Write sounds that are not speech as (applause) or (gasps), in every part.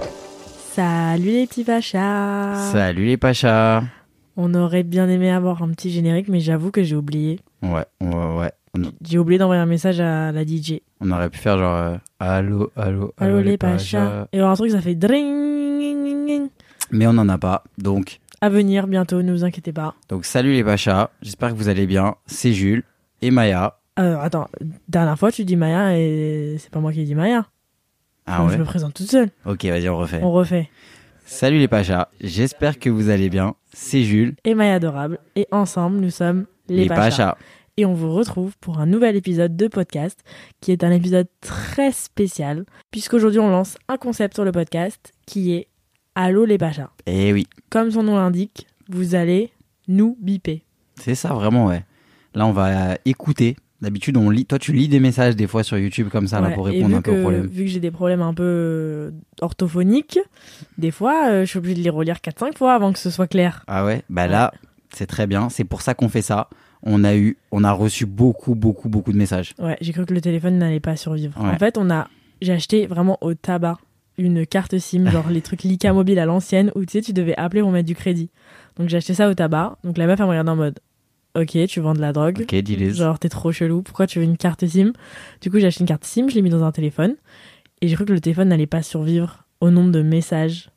Salut les petits pachas Salut les Pachas On aurait bien aimé avoir un petit générique, mais j'avoue que j'ai oublié. Ouais, ouais, ouais. On, J'ai oublié d'envoyer un message à la DJ. on aurait pu faire genre euh, Allô, allô, Allô les pachas Et avoir un truc, ça fait dring Mais on n'en a pas. Donc, À venir bientôt, ne vous inquiétez pas. donc salut les Pachas. J'espère que vous allez bien. C'est Jules et Maya. Euh, attends, dernière fois tu dis Maya et c'est pas moi qui dis Maya. Ah Donc, Je ouais me présente toute seule. Ok, vas-y, on refait. On refait. Salut les Pachas. J'espère que vous allez bien. C'est Jules Et Maya adorable. Et ensemble, nous sommes les, pachas. Et on vous retrouve pour un nouvel épisode de podcast qui est un épisode très spécial puisqu'aujourd'hui on lance un concept sur le podcast qui est Allô les pachas. Eh oui, comme son nom l'indique, vous allez nous biper. c'est ça vraiment, ouais. Là, on va euh, écouter. D'habitude, on lit. Toi, tu lis des messages des fois sur YouTube comme ça, Ah là, Voilà. pour Et répondre vu un peu que- au problème. Vu que j'ai des problèmes un peu euh, orthophoniques, des fois, euh, je suis obligée de les relire 4-5 fois avant que ce soit clair. Ah ouais, bah là, c'est très bien. C'est pour ça qu'on fait ça. On a eu, on a reçu beaucoup, beaucoup, beaucoup de messages. Ouais, j'ai cru que le téléphone n'allait pas survivre. Ouais. En fait, on a, j'ai acheté vraiment au tabac une carte (laughs) SIM, genre les trucs Lika Mobile à l'ancienne, où tu sais, tu devais appeler pour mettre du crédit. Donc j'ai acheté ça au tabac. Donc la meuf, elle me regarde en mode, ok, tu vends de la drogue. Ok, dis-les. Genre, t'es trop chelou, pourquoi tu veux une carte SIM Du coup, j'ai acheté une carte SIM, je l'ai mis dans un téléphone. Et j'ai cru que le téléphone n'allait pas survivre au nombre de messages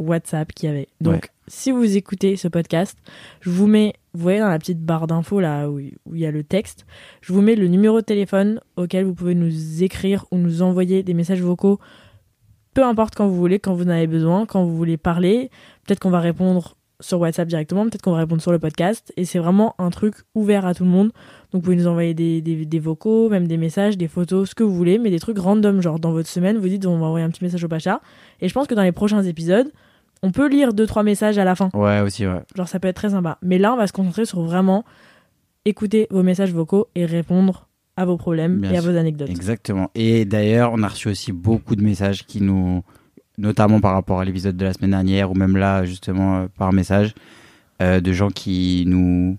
WhatsApp qu'il y avait. Donc, Ouais. si vous écoutez ce podcast, je vous mets, vous voyez dans la petite barre d'infos là où où il y a le texte, je vous mets le numéro de téléphone auquel vous pouvez nous écrire ou nous envoyer des messages vocaux, peu importe quand vous voulez, quand vous en avez besoin, quand vous voulez parler. Peut-être qu'on va répondre sur WhatsApp directement, peut-être qu'on va répondre sur le podcast. Et c'est vraiment un truc ouvert à tout le monde. Donc vous pouvez nous envoyer des, des, des vocaux, même des messages, des photos, ce que vous voulez, mais des trucs random. Genre dans votre semaine, vous dites on va envoyer un petit message au Pacha. Et je pense que dans les prochains épisodes, on peut lire deux trois messages à la fin. Ouais, aussi, ouais. Genre ça peut être très sympa. Mais là, on va se concentrer sur vraiment écouter vos messages vocaux et répondre à vos problèmes Bien et à sûr. vos anecdotes. Exactement. Et d'ailleurs, on a reçu aussi beaucoup de messages qui nous, notamment par rapport à l'épisode de la semaine dernière, ou même là, justement, euh, par message, euh, de gens qui nous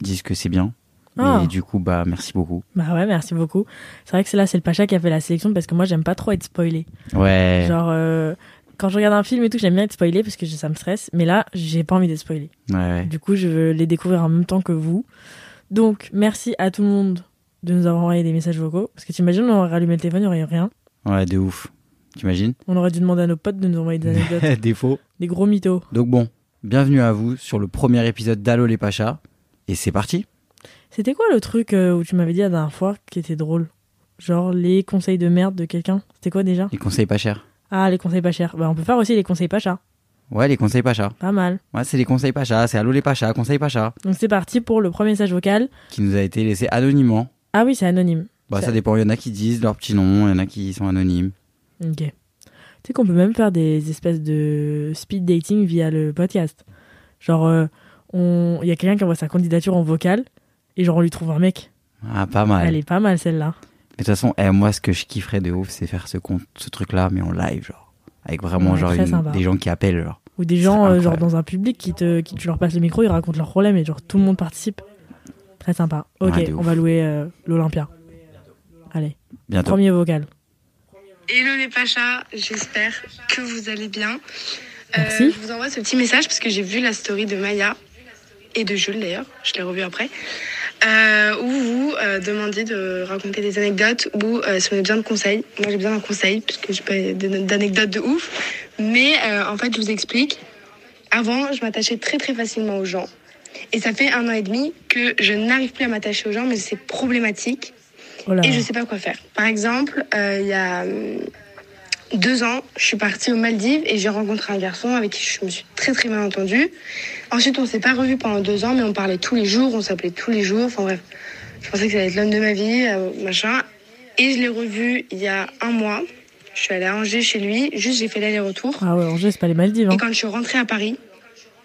disent que c'est bien. Ah. Et du coup, bah, merci beaucoup. Bah ouais, merci beaucoup. C'est vrai que c'est là, c'est le Pacha qui a fait la sélection parce que moi, j'aime pas trop être spoilé. Ouais. Genre euh, quand je regarde un film et tout, j'aime bien être spoilé parce que je- ça me stresse. Mais là, j'ai pas envie d'être spoilé. Ouais, ouais. Du coup, je veux les découvrir en même temps que vous. Donc, merci à tout le monde de nous avoir envoyé des messages vocaux. Parce que t'imagines, on aurait allumé le téléphone, il n'y aurait eu rien. Ouais, de ouf. T'imagines On aurait dû demander à nos potes de nous envoyer (laughs) des anecdotes. Défaut. des gros mythos. Donc bon, bienvenue à vous sur le premier épisode d'Allo les Pachas. Et c'est parti. C'était quoi le truc euh, où tu m'avais dit la dernière fois qui était drôle Genre les conseils de merde de quelqu'un C'était quoi déjà Les conseils pas chers. Ah, les conseils pas chers. Bah, on peut faire aussi les conseils pas chers. Ouais, les conseils pas chers. Pas mal. Ouais, c'est les conseils pas chers. C'est Allo les Pachas, conseils pas chers. Donc, c'est parti pour le premier message vocal. Qui nous a été laissé anonymement. Ah oui, c'est anonyme. Bah, Ça- ça dépend. Il y en a qui disent leur petit nom, il y en a qui sont anonymes. Ok. Tu sais qu'on peut même faire des espèces de speed dating via le podcast. Genre, euh, on- il y a quelqu'un qui envoie sa candidature en vocal et genre on lui trouve un mec. Ah, pas mal. Elle est pas mal celle-là. Mais de toute façon, eh, moi, ce que je kifferais de ouf, c'est faire ce, compte, ce truc-là, mais en live, genre. Avec vraiment, Ouais, genre, très une- sympa. des gens qui appellent, genre. Ou des gens C'est euh, genre incroyable. dans un public qui te, qui tu leur passes le micro, ils racontent leurs problèmes et genre tout le monde participe. Très sympa. Ok, Ouais, de on ouf. va louer euh, l'Olympia. Allez, Bientôt. premier vocal. Hello les Pachas, j'espère que vous allez bien. Euh, Merci. je vous envoie ce petit message parce que j'ai vu la story de Maya et de Jules d'ailleurs, je l'ai revu après, euh, où vous euh, demandiez de raconter des anecdotes ou euh, si on a besoin de conseils. Moi j'ai besoin d'un conseil parce que j'ai pas de- d'anecdotes de ouf, mais euh, en fait je vous explique. Avant, je m'attachais très très facilement aux gens. Et ça fait un an et demi que je n'arrive plus à m'attacher aux gens, mais c'est problématique Oh là. et je sais pas quoi faire. Par exemple, euh, il y a hum, deux ans, je suis partie aux Maldives et j'ai rencontré un garçon avec qui je me suis très très bien entendue. Ensuite, on s'est pas revus pendant deux ans, mais on parlait tous les jours, on s'appelait tous les jours. Enfin bref, je pensais que ça allait être l'homme de ma vie, euh, machin. Et je l'ai revu il y a un mois. Je suis allée à Angers chez lui, juste j'ai fait l'aller-retour. Ah ouais, Angers, c'est pas les Maldives. Hein. Et quand je suis rentrée à Paris,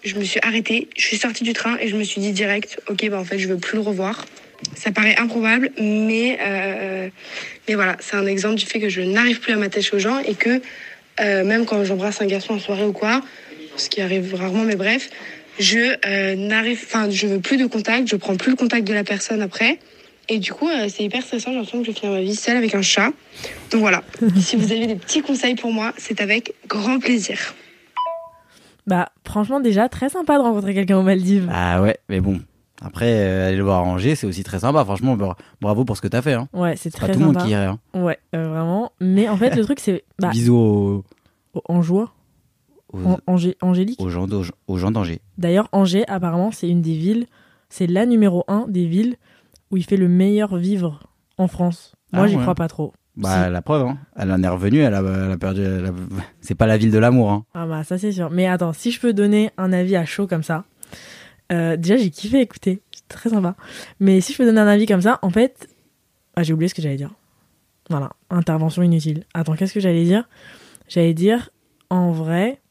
je me suis arrêtée, je suis sortie du train et je me suis dit direct, ok, bah en fait, je veux plus le revoir. Ça paraît improbable, mais, euh, mais voilà, c'est un exemple du fait que je n'arrive plus à m'attacher aux gens et que euh, même quand j'embrasse un garçon en soirée ou quoi, ce qui arrive rarement, mais bref, je euh, n'arrive, enfin, je veux plus de contact, je prends plus le contact de la personne après. Et du coup, euh, c'est hyper stressant, j'ai l'impression que je vais finir ma vie seule avec un chat. Donc voilà, si vous avez des petits conseils pour moi, c'est avec grand plaisir. Bah, franchement, déjà, très sympa de rencontrer quelqu'un aux Maldives. Ah ouais, mais bon. Après, euh, aller le voir arranger, c'est aussi très sympa. Franchement, bra- bravo pour ce que t'as fait. Hein. Ouais, c'est C'est pas très tout le sympa. monde qui irait. Hein. Ouais, euh, vraiment. Mais en fait, le truc, (laughs) c'est. Bah, Bisous aux, en joie. aux, An- Angé- Angélique. aux gens, d'Ang- aux gens d'Angers. D'ailleurs, Angers, apparemment, c'est une des villes, c'est la numéro un des villes où il fait le meilleur vivre en France. Moi, Ah j'y ouais. crois pas trop. Bah, la preuve, hein. elle en est revenue, elle a, elle a perdu. elle a- C'est pas la ville de l'amour. Hein. Ah bah, ça, c'est sûr. Mais attends, si je peux donner un avis à chaud comme ça, euh, déjà, j'ai kiffé écouter. C'est très sympa. Mais si je peux donner un avis comme ça, en fait. Ah, j'ai oublié ce que j'allais dire. Voilà, intervention inutile. Attends, qu'est-ce que j'allais dire J'allais dire, en vrai,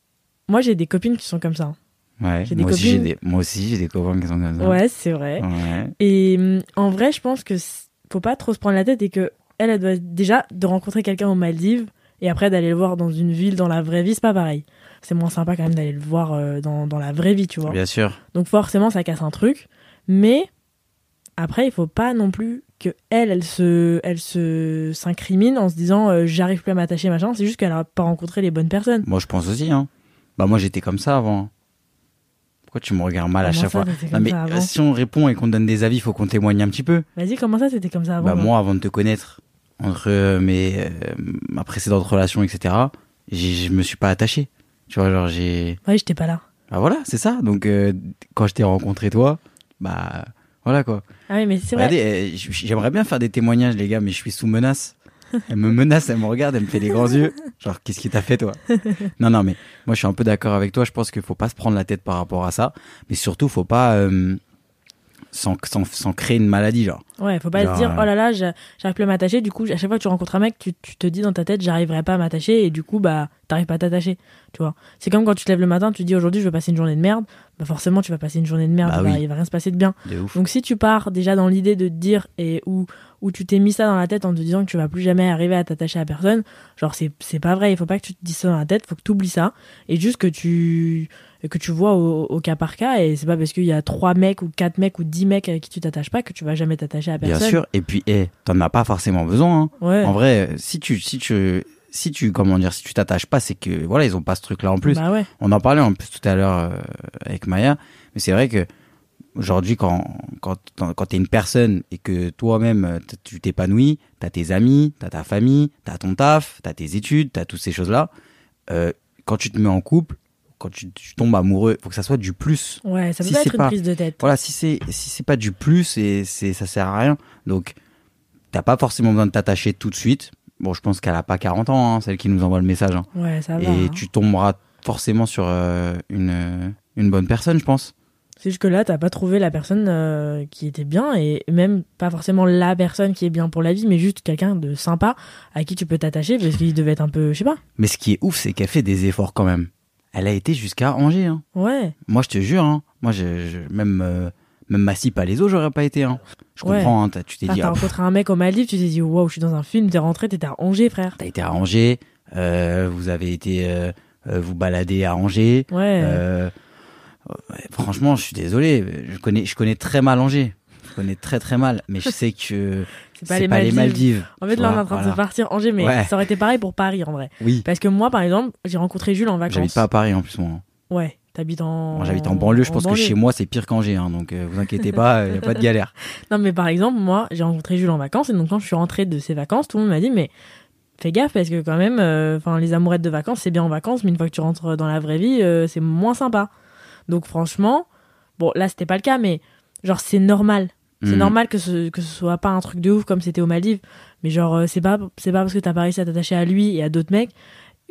moi, j'ai des copines qui sont comme ça. Ouais. J'ai des Moi, aussi, j'ai copines. des, moi aussi, j'ai des copains qui sont comme ça. Ouais, c'est vrai. Ouais. Et hum, en vrai, je pense que c- faut pas trop se prendre la tête et que elle, elle doit déjà de rencontrer quelqu'un aux Maldives et après d'aller le voir dans une ville dans la vraie vie, c'est pas pareil. C'est moins sympa quand même d'aller le voir euh, dans, dans la vraie vie, tu vois. Bien sûr. Donc forcément, ça casse un truc, mais après, il faut pas non plus que elle, elle se, elle se s'incrimine en se disant euh, j'arrive plus à m'attacher machin. C'est juste qu'elle a pas rencontré les bonnes personnes. Moi, je pense aussi. Hein. Bah, moi, j'étais comme ça avant. Pourquoi tu me regardes mal à Comment chaque ça, fois t'étais Non, comme mais ça avant euh, si on répond et qu'on te donne des avis, faut qu'on témoigne un petit peu. Vas-y, comment ça, c'était comme ça avant bah, hein moi, avant de te connaître, entre euh, mes, euh, ma précédente relation, etc., j'ai- je me suis pas attaché. Tu vois, genre, j'ai. Ouais, j'étais pas là. Bah voilà, c'est ça. Donc, euh, quand je t'ai rencontré, toi, bah, voilà quoi. Ah oui, mais c'est vrai. Regardez, euh, j- j'aimerais bien faire des témoignages, les gars, mais je suis sous menace. Elle me menace, elle me regarde, elle me fait des grands yeux. Genre, qu'est-ce qui t'a fait, toi Non, non, mais moi, je suis un peu d'accord avec toi. Je pense qu'il faut pas se prendre la tête par rapport à ça. Mais surtout, faut pas euh, s'en s'en- s'en créer une maladie, genre. Ouais, faut pas Genre, se dire, euh, oh là là, j'a- j'arrive plus à m'attacher. Du coup, à chaque fois que tu rencontres un mec, tu, tu te dis dans ta tête, j'arriverai pas à m'attacher. Et du coup, bah, t'arrives pas à t'attacher. Tu vois. C'est comme quand tu te lèves le matin, tu te dis, aujourd'hui, je veux passer une journée de merde. Bah, forcément, tu vas passer une journée de merde. Bah bah, oui. Il va rien se passer de bien. De ouf. Donc, si tu pars déjà dans l'idée de te dire, et où, où tu t'es mis ça dans la tête en te disant que tu vas plus jamais arriver à t'attacher à personne, genre, c'est c'est pas vrai. Il faut pas que tu te dises ça dans la tête. Faut que tu oublies ça. Et juste que tu, que tu vois au, au cas par cas. Et c'est pas parce qu'il y a trois mecs ou quatre mecs ou dix mecs avec qui tu t'attaches pas que tu vas jamais t'attacher à Bien personne. sûr. Et puis, eh, t'en as pas forcément besoin. hein. Ouais. En vrai, si tu, si tu, si tu, comment dire, si tu t'attaches pas, c'est que, voilà, ils ont pas ce truc-là en plus. Bah ouais. On en parlait en plus tout à l'heure euh, avec Maya, mais c'est vrai que aujourd'hui, quand, quand, quand t'es une personne et que toi-même euh, t- tu t'épanouis, t'as tes amis, t'as ta famille, t'as ton taf, t'as tes études, t'as toutes ces choses-là, euh, quand tu te mets en couple, quand tu, tu tombes amoureux, faut que ça soit du plus. Ouais, ça peut Si pas c'est être une pas- prise de tête. Voilà, si c'est si c'est pas du plus, c'est c'est- ça sert à rien. Donc, t'as pas forcément besoin de t'attacher tout de suite. Bon, je pense qu'elle a pas 40 ans, hein, celle qui nous envoie le message. hein Ouais, ça et va. hein. tu tomberas forcément sur euh, une, euh, une bonne personne, je pense. C'est juste que là, t'as pas trouvé la personne euh, qui était bien et même pas forcément la personne qui est bien pour la vie, mais juste quelqu'un de sympa à qui tu peux t'attacher parce qu'il devait être un peu, je sais pas. Mais ce qui est ouf, c'est qu'elle fait des efforts quand même. Elle a été jusqu'à Angers. hein. Ouais. Moi, je te jure, hein. moi, je, je- même, euh, même Massy Palaiso, j'aurais pas été. hein. Je Ouais. comprends, hein, t'as- tu t'es Enfin, dit, t'as ah, pff, rencontré un mec au Maldives, tu t'es dit, waouh, je suis dans un film, t'es rentré, t'étais à Angers, frère. t'as été à Angers, euh, vous avez été euh, euh, vous balader à Angers. Ouais. Euh, ouais, franchement, je suis désolé, je connais, je connais très mal Angers. Je connais très très mal, mais je sais que (laughs) c'est c'est pas les Maldives. En fait, tu là, on est vois, en train de se voilà. partir Angers, mais Ouais. ça aurait été pareil pour Paris en vrai. Oui, Parce que moi, par exemple, j'ai rencontré Jules en j'habite vacances. pas à Paris en plus, moi. hein. Ouais, t'habites en. Moi, j'habite en banlieue, je pense que banlieue. chez moi c'est pire qu'Angers, hein, donc euh, vous inquiétez pas, il n'y (laughs) a pas de galère. Non, mais par exemple, moi, j'ai rencontré Jules en vacances, et donc quand je suis rentrée de ces vacances, tout le monde m'a dit, mais fais gaffe, parce que quand même, euh, enfin, les amourettes de vacances, c'est bien en vacances, mais une fois que tu rentres dans la vraie vie, euh, c'est moins sympa. Donc franchement, bon, là, c'était pas le cas, mais genre, c'est normal. C'est Mm. normal que ce, que ce soit pas un truc de ouf comme c'était aux Maldives, mais genre, euh, c'est pas, c'est pas parce que t'as pas réussi à t'attacher à lui et à d'autres mecs,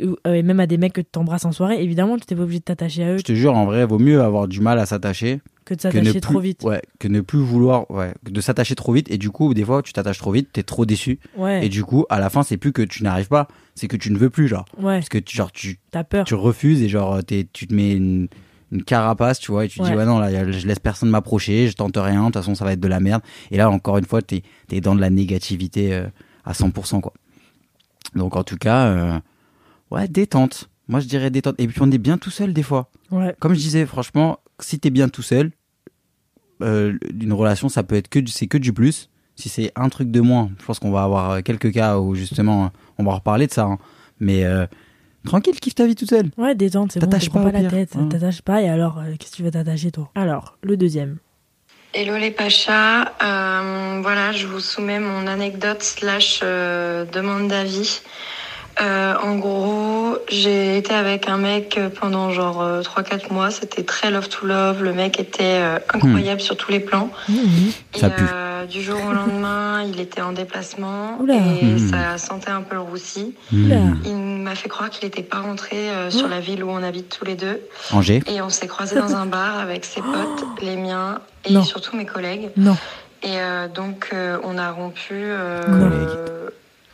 ou, euh, et même à des mecs que t'embrasses en soirée, évidemment, tu t'es pas obligé de t'attacher à eux Je te jure, en vrai, vaut mieux avoir du mal à s'attacher que de que ne s'attacher plus, trop vite. Ouais, que ne plus vouloir, ouais, que de s'attacher trop vite. Et du coup, des fois, tu t'attaches trop vite, t'es trop déçu. Ouais, Et du coup, à la fin, c'est plus que tu n'arrives pas, c'est que tu ne veux plus, genre. ouais, Parce que tu, genre, tu, t'as peur. tu refuses et genre, euh, t'es- tu te mets une, une carapace, tu vois, et tu dis, Ouais. ouais, non, là, y a- je laisse personne m'approcher, je tente rien, de toute façon, ça va être de la merde. Et là, encore une fois, t'es es dans de la négativité euh, à 100%, quoi. Donc, en tout cas, euh, ouais, détente. Moi, je dirais détente. Et puis, on est bien tout seul, des fois Ouais, comme je disais, franchement, si t'es bien tout seul, euh, une relation, ça peut être que du- c'est que du plus. Si c'est un truc de moins, je pense qu'on va avoir euh, quelques cas où justement, euh, on va en reparler de ça. hein. Mais euh, tranquille, kiffe ta vie tout seul. ouais, détente, c'est bon, T'attaches te prends pas pas, au la pire. Hein. tête, Ouais. t'attaches pas, et alors, euh, qu'est-ce que tu vas t'attacher, toi Alors, le deuxième. Hello les Pachas, Euh, voilà, je vous soumets mon anecdote slash euh, demande d'avis. Euh, en gros, j'ai été avec un mec pendant genre euh, 3-4 mois, c'était très love to love, le mec était euh, incroyable sur tous les plans. Hmm. Ça et pue. euh, du jour au lendemain, (laughs) il était en déplacement Oula. et Mhm. ça sentait un peu le roussi. Oula. Hmm. Il m'a fait croire qu'il n'était pas rentré Hmm. euh, sur la ville où on habite tous les deux Angers. et on s'est croisés dans un bar (gasps) avec ses potes, les miens et Non. surtout mes collègues. Non, Et euh, donc, euh, on a rompu euh, Collègue.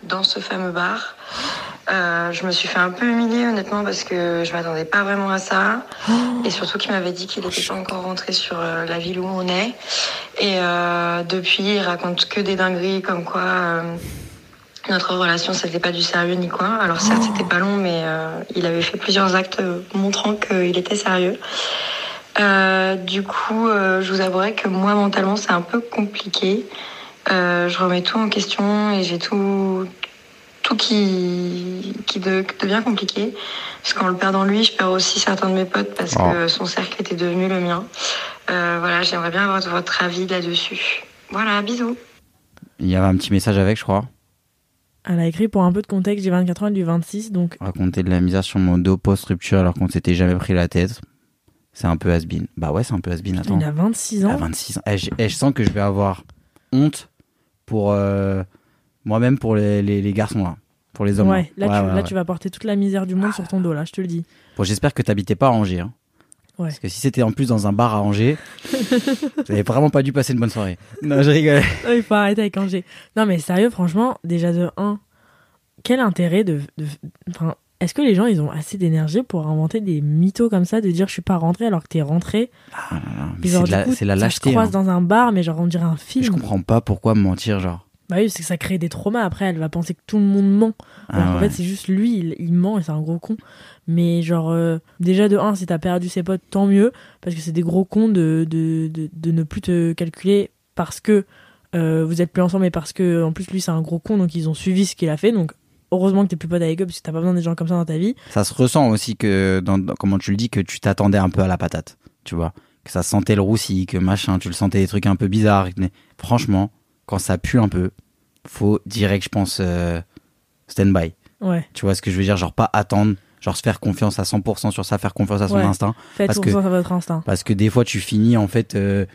dans ce fameux bar. Euh, je me suis fait un peu humilier, honnêtement, parce que je m'attendais pas vraiment à ça. Et surtout qu'il m'avait dit qu'il n'était pas encore rentré sur euh, la ville où on est. Et euh, depuis, il raconte que des dingueries, comme quoi euh, notre relation, c'était pas du sérieux ni quoi. Alors certes, c'était pas long, mais euh, il avait fait plusieurs actes euh, montrant qu'il était sérieux. Euh, du coup, euh, je vous avouerai que moi, mentalement, c'est un peu compliqué. Euh, je remets tout en question et j'ai tout, tout qui, qui, de- qui devient compliqué. Parce qu'en le perdant lui, je perds aussi certains de mes potes parce Oh. que son cercle était devenu le mien. Euh, voilà, j'aimerais bien avoir votre avis là-dessus. Voilà, bisous. Il y avait un petit message avec, je crois. elle a écrit pour un peu de contexte, j'ai 24 ans, et du 26, donc Raconter de la misère sur mon dos post-rupture alors qu'on s'était jamais pris la tête. C'est un peu has-been. Bah ouais, c'est un peu has-been, attends. il a 26 À ans. 26 ans. Eh, j'ai- eh, je sens que je vais avoir honte pour euh, moi-même, pour les, les- les garçons, là. Pour les hommes. Ouais, là, là. tu, Ouais, ouais, là ouais. tu vas porter toute la misère du monde sur ton dos, là, je te le dis. Bon, j'espère que t'habitais pas à Angers. hein. Ouais. Parce que si c'était en plus dans un bar (laughs) à Angers, t'avais vraiment pas dû passer une bonne soirée. Non, je rigole. Ah, Il faut arrêter avec Angers. Non, mais sérieux, franchement, déjà de 1, quel intérêt de. de- enfin, est-ce que les gens, ils ont assez d'énergie pour inventer des mythos comme ça, de dire je suis pas rentré alors que t'es rentré Ah, Mais Et C'est genre, de la, du coup, c'est la ça se lâcheté. croise hein. dans un bar, mais genre on dirait un film. Je comprends pas pourquoi mentir, genre. Bah oui, c'est que ça crée des traumas. Après, elle va penser que tout le monde ment. Ah Alors qu'en ouais. fait, c'est juste lui, il, il ment et c'est un gros con. Mais genre, euh, déjà de 1, si t'as perdu ses potes, tant mieux. Parce que c'est des gros cons de, de, de, de ne plus te calculer parce que euh, vous êtes plus ensemble et parce que, en plus, lui, c'est un gros con. Donc, ils ont suivi ce qu'il a fait. Donc, heureusement que t'es plus pote avec eux parce que t'as pas besoin des gens comme ça dans ta vie. Ça se ressent aussi que, dans, dans- comment tu le dis, que tu t'attendais un peu à la patate. Tu vois. Que ça sentait le roussi, que machin, tu le sentais des trucs un peu bizarres. Mais franchement, quand ça pue un peu, faut direct, je pense, euh, stand-by. Ouais, Tu vois ce que je veux dire Genre pas attendre, genre se faire confiance à 100% sur ça, faire confiance à son Ouais. instinct. faites Parce que- confiance à votre instinct. Parce que des fois, tu finis, en fait, euh,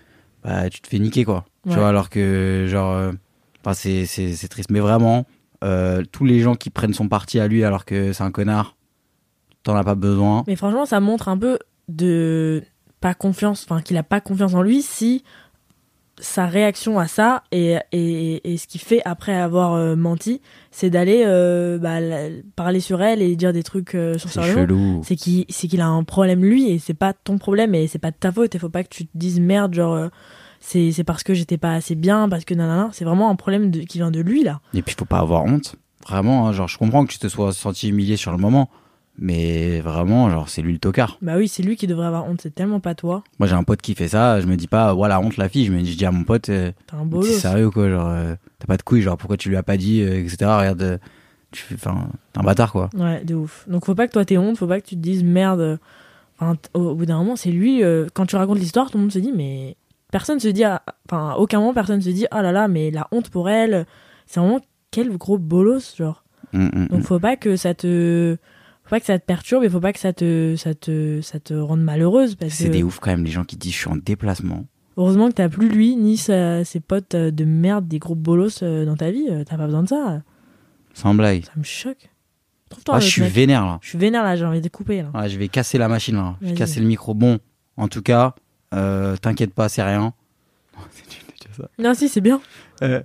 bah, tu te fais niquer, quoi. Ouais. Tu vois, alors que, genre, euh, enfin, c'est- c'est c'est triste. Mais vraiment, euh, tous les gens qui prennent son parti à lui alors que c'est un connard, t'en as pas besoin. Mais franchement, ça montre un peu de pas confiance, enfin qu'il a pas confiance en lui si sa réaction à ça et, et, et ce qu'il fait après avoir euh, menti, c'est d'aller euh, bah, la- parler sur elle et dire des trucs euh, sur C'est sa relation. chelou. C'est qu'il c'est qu'il a un problème lui et c'est pas ton problème et c'est pas de ta faute. Il faut pas que tu te dises merde, genre euh, c'est c'est parce que j'étais pas assez bien, parce que nanana. C'est vraiment un problème de- qui vient de lui là. Et puis, faut pas avoir honte. Vraiment, hein, genre, je comprends que tu te sois senti humilié sur le moment. Mais vraiment, genre, c'est lui le tocard. Bah oui, c'est lui qui devrait avoir honte, c'est tellement pas toi. Moi, j'ai un pote qui fait ça. Je me dis pas, voilà, honte la fille. Je me dis, je dis à mon pote, euh, T'es un Mais T'es bolos. sérieux quoi, genre euh, t'as pas de couilles, genre pourquoi tu lui as pas dit, euh, etc. Regarde, euh, tu fais, enfin, t'es un bâtard quoi. Ouais, de ouf. Donc faut pas que toi t'aies honte, faut pas que tu te dises merde. euh, Enfin, t- au au bout d'un moment, c'est lui. euh, quand tu racontes l'histoire, tout le monde se dit mais personne se dit, à- enfin à aucun moment personne se dit oh là là mais la honte pour elle. C'est vraiment quel gros bolos genre. Mm, mm, mm. Donc faut pas que ça te, faut pas que ça te perturbe et faut pas que ça te, ça te, ça te rende malheureuse parce C'est que des ouf quand même les gens qui disent je suis en déplacement. Heureusement que t'as plus lui, ni sa- ses potes euh, de merde, des groupes bolos euh, dans ta vie. Euh, T'as pas besoin de ça. Sans blague. Ça me choque. Trouve-toi un Ah, je autre suis mec. vénère là. Je suis vénère là, j'ai envie de couper là. Ah, je vais casser la machine là. Je vais Vas-y. casser le micro. Bon, en tout cas, euh, t'inquiète pas, c'est rien. (laughs) C'est nul de dire ça. Non, si, c'est bien. Euh,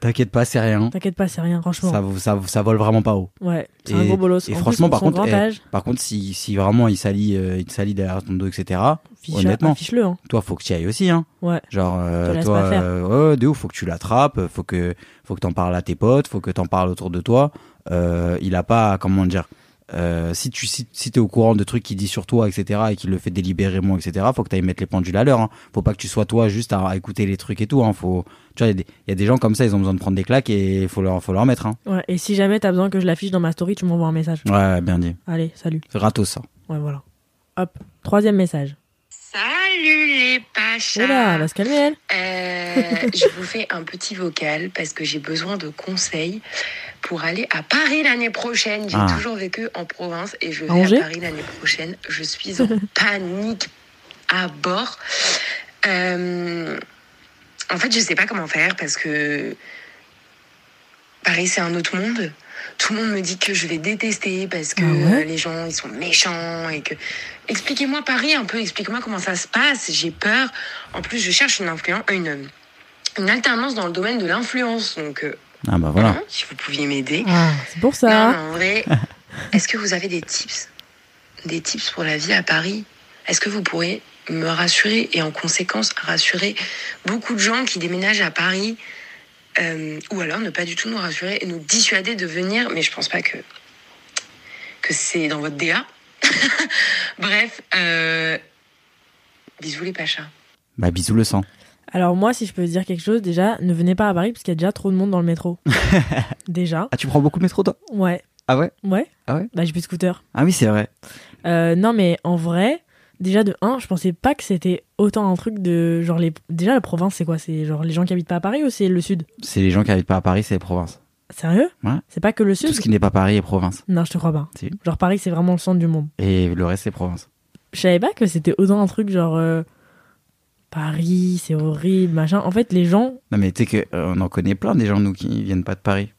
T'inquiète pas, c'est rien. T'inquiète pas, c'est rien, franchement. Ça, vaut- ça, vaut- ça vole vraiment pas haut. Ouais, c'est un gros bolos. et En plus, franchement, par son contre, grand eh, âge, Par contre, si, si vraiment il salit, euh, il salit derrière ton dos, etc., fiche- eh, honnêtement. affiche-le. Hein. toi, faut que tu ailles aussi. Hein. Ouais. Genre, euh, Te laisse toi, pas faire. euh, ouais, de ouf, faut que tu l'attrapes, faut que, faut que t'en parles à tes potes, faut que t'en parles autour de toi. Euh, il a pas, comment dire, euh, si tu si, si t'es au courant de trucs qu'il dit sur toi, etc., et qu'il le fait délibérément, etc., faut que t'ailles mettre les pendules à l'heure. Hein. Faut pas que tu sois toi juste à, à écouter les trucs et tout. Hein. Faut, tu vois, il y a des- il y, a des gens comme ça, ils ont besoin de prendre des claques et faut leur, faut leur mettre. Hein. ouais. Et si jamais t'as besoin que je l'affiche dans ma story, tu m'envoies un message. Ouais, bien dit. Allez, salut. Ratos ça. Ouais, voilà. Hop. Troisième message. Salut les pachas Oula, elle va se calmer, elle. Euh, je vous fais un petit vocal parce que j'ai besoin de conseils pour aller à Paris l'année prochaine. J'ai Ah. toujours vécu en province et je À vais Angers à Paris l'année prochaine. Je suis (laughs) en panique à bord. Euh, en fait, je sais pas comment faire parce que Paris, c'est un autre monde. Tout le monde me dit que je vais détester parce que Ah ouais euh, les gens, ils sont méchants et que... Expliquez-moi Paris un peu, expliquez-moi comment ça se passe, j'ai peur. En plus, je cherche une, influen- une, une alternance dans le domaine de l'influence, donc euh, Ah bah voilà. hein, si vous pouviez m'aider. Ah, c'est pour Non, ça. mais en vrai, (laughs) est-ce que vous avez des tips Des tips pour la vie à Paris Est-ce que vous pourrez me rassurer et en conséquence rassurer beaucoup de gens qui déménagent à Paris euh, Ou alors ne pas du tout nous rassurer et nous dissuader de venir, mais je pense pas que, que c'est dans votre DA. (laughs) Bref, euh, bisous les pachas. Bah bisous le sang. Alors, moi, si je peux dire quelque chose, déjà, ne venez pas à Paris parce qu'il y a déjà trop de monde dans le (laughs) métro. déjà. Ah tu prends beaucoup de métro toi Ouais. Ah ouais Ouais. Ah ouais Bah, j'ai plus de scooter. Ah oui c'est vrai. Euh, non, mais en vrai, déjà de 1, je pensais pas que c'était autant un truc de. Genre, les... déjà, la province, c'est quoi C'est genre les gens qui habitent pas à Paris ou c'est le sud C'est les gens qui habitent pas à Paris, c'est les provinces. Sérieux Ouais. C'est pas que le sud Tout ce qui n'est pas Paris est province. Non, je te crois pas. Si. Genre, Paris, c'est vraiment le centre du monde. Et le reste c'est province. Je savais pas que c'était autant un truc genre. euh, Paris, c'est horrible, machin. En fait, les gens. Non mais tu sais qu'on en connaît plein des gens nous qui viennent pas de Paris.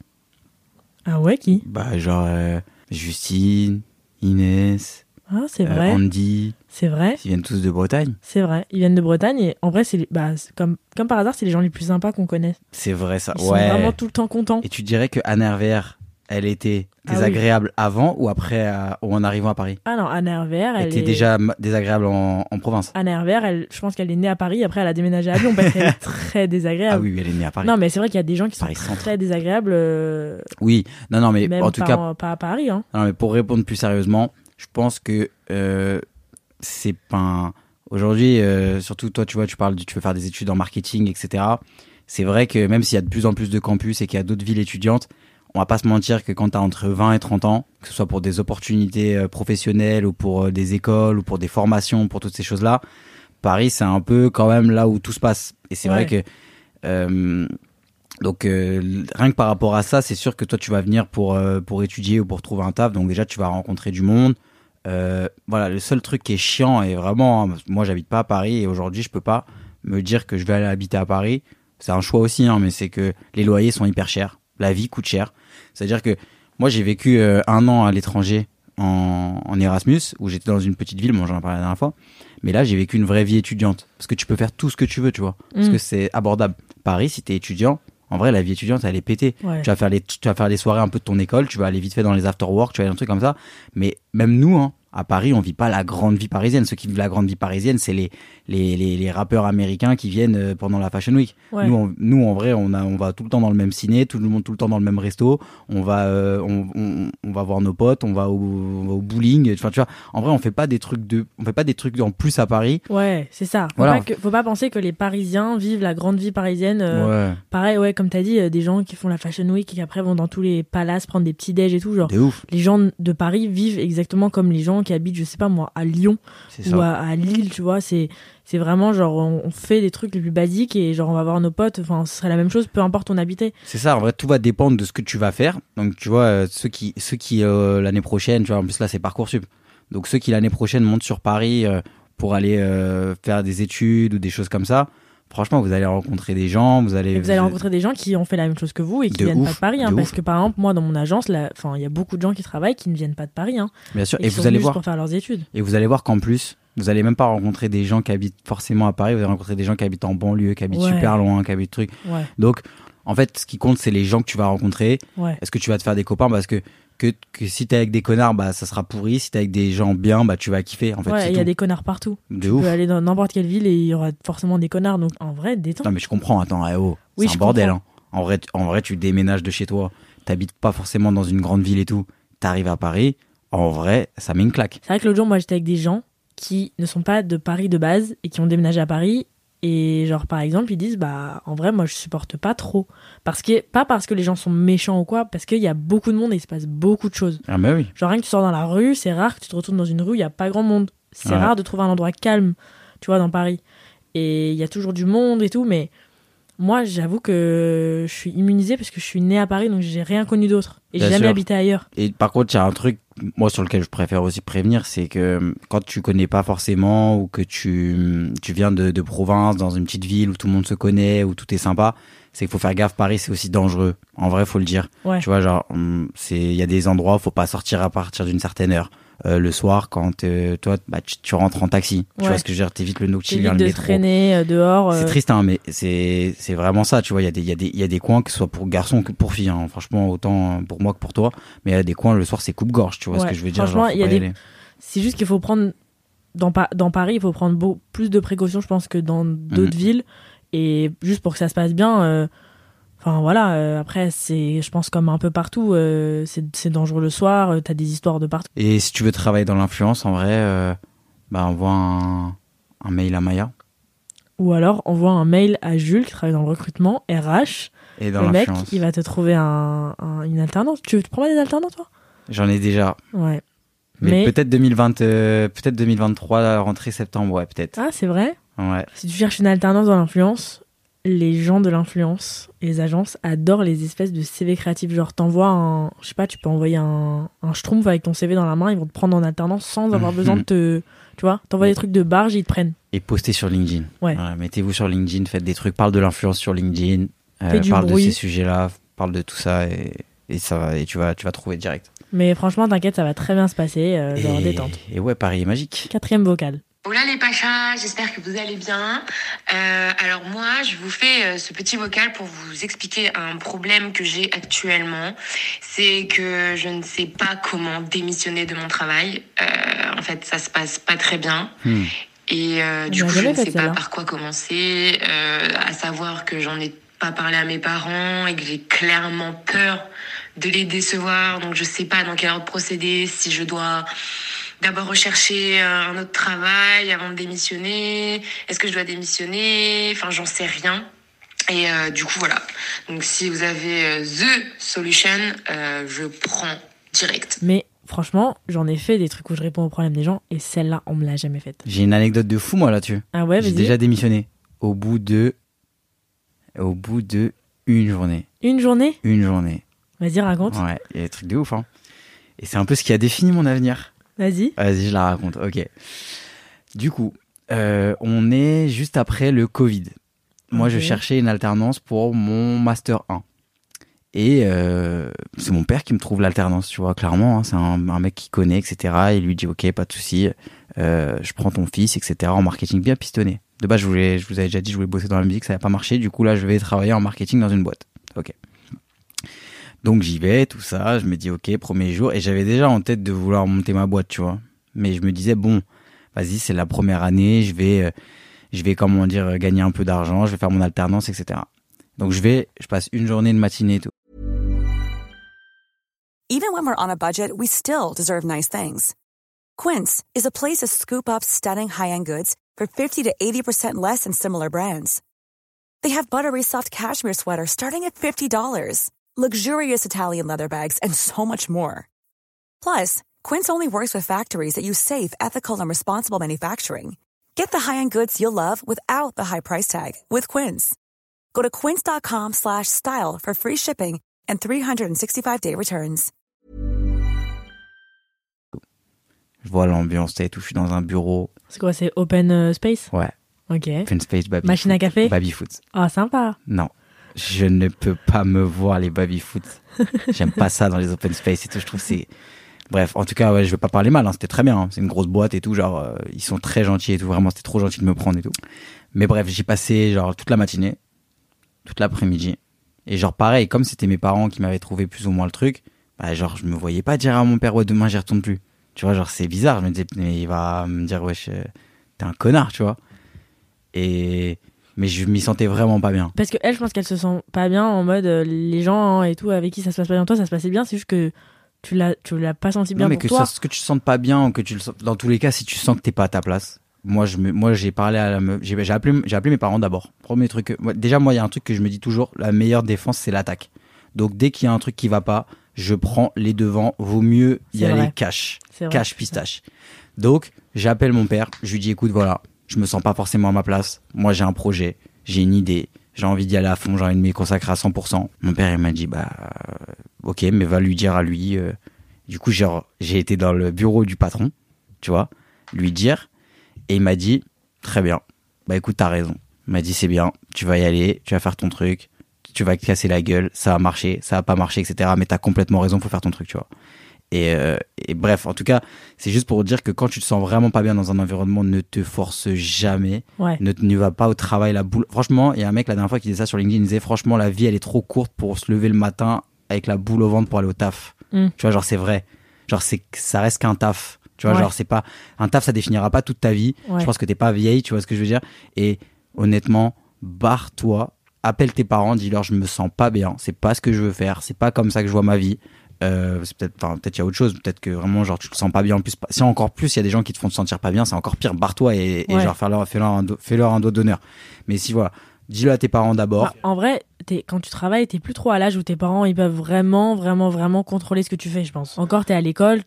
Ah ouais, qui Bah genre euh, Justine, Inès, Ah, c'est euh, vrai. Andy, C'est vrai. ils viennent tous de Bretagne. C'est vrai, ils viennent de Bretagne et en vrai, c'est les- bah, c'est comme, comme par hasard, c'est les gens les plus sympas qu'on connaisse. C'est vrai ça. Ils sont ouais. vraiment tout le temps contents. Et tu dirais que Anne Hervère, elle était Ah oui. désagréable avant ou après euh, ou en arrivant à Paris Ah non, Anna Hervère, Elle elle était est... déjà m- désagréable en, en province. Anna Hervère, elle, je pense qu'elle est née à Paris, après elle a déménagé à Lyon parce (laughs) qu'elle est très désagréable. Ah oui, elle est née à Paris. Non, mais c'est vrai qu'il y a des gens qui sont Paris centre. très désagréables, euh, Oui. Non non mais même en tout pas, cas en- pas à Paris. Hein. Non, mais pour répondre plus sérieusement, je pense que euh, c'est pas. un- Aujourd'hui, euh, surtout toi, tu vois, tu parles, du- tu veux faire des études en marketing, etc. C'est vrai que même s'il y a de plus en plus de campus et qu'il y a d'autres villes étudiantes, on va pas se mentir que quand tu as entre 20 et 30 ans, que ce soit pour des opportunités euh, professionnelles ou pour euh, des écoles ou pour des formations, pour toutes ces choses-là, Paris, c'est un peu quand même là où tout se passe. Et c'est vrai que. euh, donc euh, rien que par rapport à ça, c'est sûr que toi tu vas venir pour euh, pour étudier ou pour trouver un taf. Donc déjà tu vas rencontrer du monde. Euh, voilà, le seul truc qui est chiant et vraiment, hein, moi j'habite pas à Paris et aujourd'hui je peux pas me dire que je vais aller habiter à Paris. C'est un choix aussi, hein, mais c'est que les loyers sont hyper chers, la vie coûte cher. C'est-à-dire que moi j'ai vécu euh, un an à l'étranger en, en Erasmus où j'étais dans une petite ville, bon j'en ai parlé la dernière fois, mais là j'ai vécu une vraie vie étudiante parce que tu peux faire tout ce que tu veux, tu vois, parce Mm. que c'est abordable. Paris, si t'es étudiant, en vrai, la vie étudiante, elle est pétée. Ouais. Tu vas faire les, tu vas faire les soirées un peu de ton école, tu vas aller vite fait dans les after-work, tu vas aller dans un truc comme ça. Mais même nous, hein, à Paris, on vit pas la grande vie parisienne. Ceux qui vivent la grande vie parisienne, c'est les, les, les, les rappeurs américains qui viennent euh, pendant la Fashion Week. Ouais. Nous, on- nous, en vrai, on, a, on va tout le temps dans le même ciné, tout le monde tout le temps dans le même resto. On va, euh, on, on, on va voir nos potes, on va au, on va au bowling. Enfin, tu vois, en vrai, on fait pas des trucs de, on fait pas des trucs en plus à Paris. Ouais, c'est ça. Faut, Voilà. pas que- faut pas penser que les Parisiens vivent la grande vie parisienne. euh, ouais, Pareil, ouais, comme t'as dit, euh, des gens qui font la Fashion Week et qui après vont dans tous les palaces prendre des petits déj et tout. Genre, de ouf. les gens de Paris vivent exactement comme les gens qui habitent, je sais pas moi, à Lyon C'est ou ça. à, à Lille, tu vois. C'est c'est vraiment genre on, on fait des trucs les plus basiques et genre on va voir nos potes. Enfin, ce serait la même chose, peu importe où on habitait. C'est ça, en vrai, tout va dépendre de ce que tu vas faire. Donc, tu vois, euh, ceux qui, ceux qui euh, l'année prochaine, tu vois, en plus là, c'est Parcoursup. Donc, ceux qui l'année prochaine montent sur Paris euh, pour aller euh, faire des études ou des choses comme ça, Franchement, vous allez rencontrer des gens, vous allez. Et vous allez rencontrer des gens qui ont fait la même chose que vous et qui De viennent pas ouf, de Paris. hein, de parce ouf. que par exemple, moi, dans mon agence, là, enfin, il y a beaucoup de gens qui travaillent qui ne viennent pas de Paris. hein, Bien sûr. et Et, qui sont vous allez venus voir. pour faire leurs études. Et vous allez voir qu'en plus, vous allez même pas rencontrer des gens qui habitent forcément à Paris. Vous allez rencontrer des gens qui habitent en banlieue, qui habitent Ouais. super loin, qui habitent truc. Ouais, Donc, en fait, ce qui compte, c'est les gens que tu vas rencontrer. ouais. Est-ce que tu vas te faire des copains Parce que, que, que si t'es avec des connards, bah ça sera pourri. Si t'es avec des gens bien, bah tu vas kiffer. En fait, ouais, c'est il y a tout. des connards partout. De Tu ouf. peux aller dans n'importe quelle ville et il y aura forcément des connards. Donc en vrai, détends. Non, mais je comprends. Attends, eh oh, Oui, c'est je un bordel. Hein. En, vrai, tu- en vrai, tu déménages de chez toi. T'habites pas forcément dans une grande ville et tout. T'arrives à Paris. En vrai, ça met une claque. C'est vrai que l'autre jour, moi, j'étais avec des gens qui ne sont pas de Paris de base et qui ont déménagé à Paris. Et genre, par exemple, ils disent, bah, en vrai, moi, je supporte pas trop. Parce que, pas parce que les gens sont méchants ou quoi, parce qu'il y a beaucoup de monde et il se passe beaucoup de choses. Ah, mais oui. Genre, rien que tu sors dans la rue, c'est rare que tu te retournes dans une rue, où il n'y a pas grand monde. C'est Ouais. rare de trouver un endroit calme, tu vois, dans Paris. Et il y a toujours du monde et tout, mais moi, j'avoue que je suis immunisée parce que je suis née à Paris, donc j'ai rien connu d'autre. Et j'ai Bien jamais sûr. habité ailleurs. Et par contre, il y a un truc, moi, sur lequel je préfère aussi prévenir, c'est que euh, quand tu connais pas forcément ou que tu, mm, tu viens de, de province, dans une petite ville où tout le monde se connaît, où tout est sympa, c'est qu'il faut faire gaffe. Paris, c'est aussi dangereux. En vrai, faut le dire. Ouais. Tu vois, genre, hum, c'est- il y a des endroits où faut pas sortir à partir d'une certaine heure. Euh, le soir, quand euh, toi, bah, tu, tu rentres en taxi. Tu Ouais. vois ce que je veux dire T'évites le J'ai nocturne, le de métro. traîner euh, dehors. C'est euh, triste, hein, mais c'est c'est vraiment ça, tu vois. Il y, a des- il y, a des- il y a des coins, que ce soit pour garçons que pour filles, hein. franchement, autant pour moi que pour toi. Mais il y a des coins, le soir, c'est coupe-gorge, tu vois Ouais, ce que je veux dire. franchement, genre, faut il y a pas des- aller. C'est juste qu'il faut prendre dans, Pa- dans Paris, il faut prendre beau- plus de précautions, je pense, que dans Mhm. d'autres villes. Et juste pour que ça se passe bien, euh, enfin voilà. euh, après, c'est, je pense, comme un peu partout, euh, c'est c'est dangereux le soir. euh, T'as des histoires de partout. Et si tu veux travailler dans l'influence, en vrai, euh, bah, envoie un, un mail à Maya. Ou alors, envoie un mail à Jules qui travaille dans le recrutement RH. Et dans le mec, l'influence. il va te trouver un, un- une alternance. Tu te prends pas des alternances, toi J'en ai déjà. Ouais. Mais, Mais- peut-être 2020, euh, peut-être 2023, la rentrée septembre, ouais, peut-être. Ah, c'est vrai. Ouais. Si tu cherches une alternance dans l'influence, les gens de l'influence, les agences adorent les espèces de CV créatifs. Genre, t'envoies un. Je sais pas, tu peux envoyer un, un schtroumpf avec ton CV dans la main, ils vont te prendre en alternance sans avoir Mhm. besoin de te. Tu vois, t'envoies Mais- des trucs de barge, ils te prennent. Et postez sur LinkedIn. Ouais. Voilà, Mettez-vous sur LinkedIn, faites des trucs, parle de l'influence sur LinkedIn, euh, Fais du parle bruit. de ces sujets-là, parle de tout ça et, et ça va- et tu vas, tu vas trouver direct. Mais franchement, t'inquiète, ça va très bien se passer, euh, genre et, détente. et ouais, Paris est magique. Quatrième vocal. Hola les Pachas, j'espère que vous allez bien. Euh, alors moi, je vous fais euh, ce petit vocal pour vous expliquer un problème que j'ai actuellement. C'est que je ne sais pas comment démissionner de mon travail. Euh, en fait, ça se passe pas très bien. Hmm. Et euh, On du l'a Bah, coup, je jamais ne fait, sais pas celle-là. par quoi commencer, euh, à savoir que j'en ai pas parlé à mes parents et que j'ai clairement peur de les décevoir. Donc, je sais pas dans quel ordre procéder, si je dois d'abord rechercher euh, un autre travail avant de démissionner, est-ce que je dois démissionner, enfin, j'en sais rien. Et euh, du coup, voilà. Donc, si vous avez euh, The Solution, euh, je prends direct. Mais franchement, j'en ai fait des trucs où je réponds aux problèmes des gens et celle-là, on me l'a jamais faite. J'ai une anecdote de fou moi là-dessus. Ah ouais, J'ai vas-y. déjà démissionné au bout de, au bout de une journée, Une journée une journée. Vas-y, raconte. Ouais, il y a des trucs de ouf. Hein. Et c'est un peu ce qui a défini mon avenir. Vas-y. Vas-y, je la raconte. Ok. Du coup, euh, on est juste après le Covid. Moi, je Ok. cherchais une alternance pour mon master 1. Et euh, c'est mon père qui me trouve l'alternance, tu vois, clairement. hein. c'est un, un mec qui connaît, etc. Il lui dit, ok, pas de souci, euh, je prends ton fils, etc. En marketing bien pistonné. De base, je, voulais, je vous avais déjà dit, je voulais bosser dans la musique, ça n'a pas marché. Du coup, là, je vais travailler en marketing dans une boîte. Ok. Donc j'y vais, tout ça. Je me dis, ok, premier jour. Et j'avais déjà en tête de vouloir monter ma boîte, tu vois mais je me disais bon vas-y c'est la première année je vais euh, je vais comment dire euh, gagner un peu d'argent je vais faire mon alternance etc donc je vais je passe une journée de matinée et tout Even when we're on a budget, we still deserve nice things. Quince is a place to scoop up stunning high-end goods for 50 to 80% less than similar brands. They have buttery soft cashmere sweaters starting at $50, luxurious Italian leather bags, and (laughs) so much more. Plus, Quince only works with factories that use safe, ethical, and responsible manufacturing. Get the high-end goods you'll love without the high price tag with Quince. Go to quince.com slash style for free shipping and 365-day returns. je vois l'ambiance et tout je suis dans un bureau C'est quoi, c'est open euh, space ouais Ok. Open Space Baby Machine à Foot. café Baby Foot. Ah, sympa. Non. Je ne peux pas me voir les baby foot. J'aime pas ça dans les open space et tout. Je trouve que c'est. Bref, en tout cas, ouais, je vais pas parler mal. hein, C'était très bien. hein. C'est une grosse boîte et tout. Genre, euh, ils sont très gentils et tout. Vraiment, c'était trop gentil de me prendre et tout. Mais bref, j'ai passé genre toute la matinée, toute l'après-midi. Et genre, pareil, comme c'était mes parents qui m'avaient trouvé plus ou moins le truc, bah, genre, je me voyais pas dire à mon père, ouais, demain, j'y retourne plus. Tu vois, genre, c'est bizarre. Je me disais, mais il va me dire, wesh, euh, t'es un connard, tu vois. Et. Mais je m'y sentais vraiment pas bien. Parce que elle, je pense qu'elle se sent pas bien en mode euh, les gens hein, et tout avec qui ça se passe pas bien. Toi, ça se passait bien, c'est juste que tu l'as, tu l'as pas senti bien non, mais pour que toi. ça- ce que tu sentes pas bien ou que tu le sens- dans tous les cas si tu sens que t'es pas à ta place moi je me, moi j'ai parlé à la meuf j'ai j'ai appelé j'ai appelé mes parents d'abord premier truc que- moi, déjà moi il y a un truc que je me dis toujours la meilleure défense c'est l'attaque donc dès qu'il y a un truc qui va pas je prends les devants vaut mieux y C'est aller vrai. cash C'est vrai. cash pistache donc j'appelle mon père je lui dis écoute voilà je me sens pas forcément à ma place moi j'ai un projet j'ai une idée j'ai envie d'y aller à fond j'ai envie de m'y consacrer à 100% mon père il m'a dit bah euh, ok mais va lui dire à lui euh, du coup, genre, j'ai été dans le bureau du patron, tu vois, lui dire, et il m'a dit, très bien, bah écoute, t'as raison. Il m'a dit, c'est bien, tu vas y aller, tu vas faire ton truc, tu vas te casser la gueule, ça a marché, ça a pas marché, etc. Mais t'as complètement raison, faut faire ton truc, tu vois. Et, euh, et bref, en tout cas, c'est juste pour dire que quand tu te sens vraiment pas bien dans un environnement, ne te force jamais Ouais. ne, ne va pas au travail la boule. Franchement, il y a un mec la dernière fois qui disait ça sur LinkedIn, il disait franchement la vie elle est trop courte pour se lever le matin avec la boule au ventre pour aller au taf. Mm. Tu vois, genre c'est vrai. Genre c'est ça reste qu'un taf. Tu vois, Ouais. genre c'est pas un taf ça définira pas toute ta vie. Ouais. Je pense que t'es pas vieille, tu vois ce que je veux dire. Et honnêtement, barre-toi, appelle tes parents, dis-leur je me sens pas bien, c'est pas ce que je veux faire, c'est pas comme ça que je vois ma vie. Euh, c'est peut-être enfin, peut-être il y a autre chose peut-être que vraiment genre tu te sens pas bien en plus si encore plus il y a des gens qui te font te sentir pas bien c'est encore pire barre-toi et, et Ouais. genre fais-leur fais-leur un, do- fais-leur un doigt d'honneur mais si voilà dis-le à tes parents d'abord Bah, en vrai, t'es- quand tu travailles, t'es plus trop à l'âge où tes parents ils peuvent vraiment, vraiment, vraiment contrôler ce que tu fais, je pense. Encore, t'es à l'école,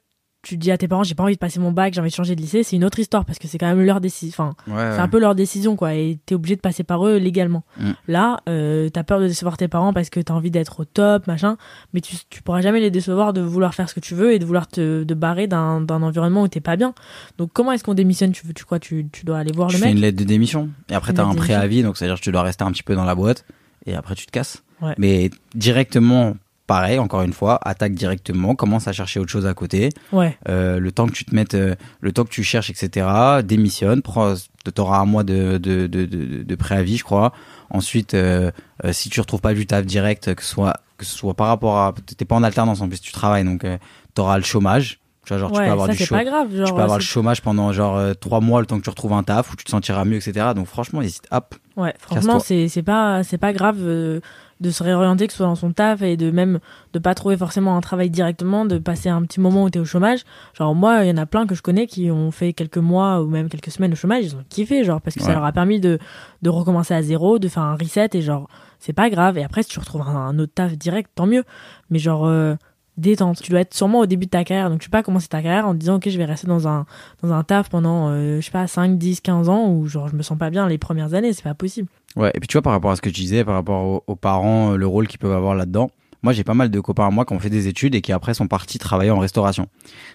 tu dis à tes parents, j'ai pas envie de passer mon bac, j'ai envie de changer de lycée, c'est une autre histoire parce que c'est quand même leur décision. Enfin, c'est un peu leur décision, quoi, et t'es obligé de passer par eux légalement. Mm. Là, euh, t'as peur de décevoir tes parents parce que t'as envie d'être au top, machin, mais tu, tu pourras jamais les décevoir de vouloir faire ce que tu veux et de vouloir te de barrer d'un d'un environnement où t'es pas bien. Donc, comment est-ce qu'on démissionne tu, veux- tu crois tu, tu dois aller voir tu le fais mec une lettre de démission et après Une t'as lettre un de démission. préavis donc c'est à dire que tu dois rester un petit peu dans la boîte et après tu te casses Ouais. mais directement pareil encore une fois attaque directement commence à chercher autre chose à côté Ouais, Euh, le temps que tu te mettes, euh, le temps que tu cherches, etc. Démissionne, prends, t'auras un mois de, de, de, de, de préavis, je crois. Ensuite, euh, euh, si tu retrouves pas du taf direct, que ce soit, que ce soit par rapport à, t'es pas en alternance en plus, tu travailles, donc euh, t'auras le chômage. Tu vois, genre tu ouais, peux avoir ça du c'est chômage. pas grave. Genre, Tu peux avoir le c'est- chômage pendant genre euh, trois mois le temps que tu retrouves un taf où tu te sentiras mieux, etc. Donc franchement, hésite. Hop. Ouais, franchement, Casse-toi. c'est c'est pas c'est pas grave euh, de se réorienter que ce soit dans son taf et de même de pas trouver forcément un travail directement, de passer un petit moment où t'es au chômage. Genre moi, il y en a plein que je connais qui ont fait quelques mois ou même quelques semaines au chômage, ils ont kiffé genre parce que ça Ouais. leur a permis de de recommencer à zéro, de faire un reset et genre c'est pas grave et après si tu retrouves un, un autre taf direct, tant mieux. Mais genre euh, détente, tu dois être sûrement au début de ta carrière donc tu peux pas commencer ta carrière en te disant OK, je vais rester dans un dans un taf pendant euh, je sais pas 5 10 15 ans où genre je me sens pas bien les premières années, c'est pas possible. Ouais, et puis tu vois, par rapport à ce que tu disais, par rapport aux, aux parents, euh, le rôle qu'ils peuvent avoir là-dedans, moi j'ai pas mal de copains à moi qui ont fait des études et qui après sont partis travailler en restauration.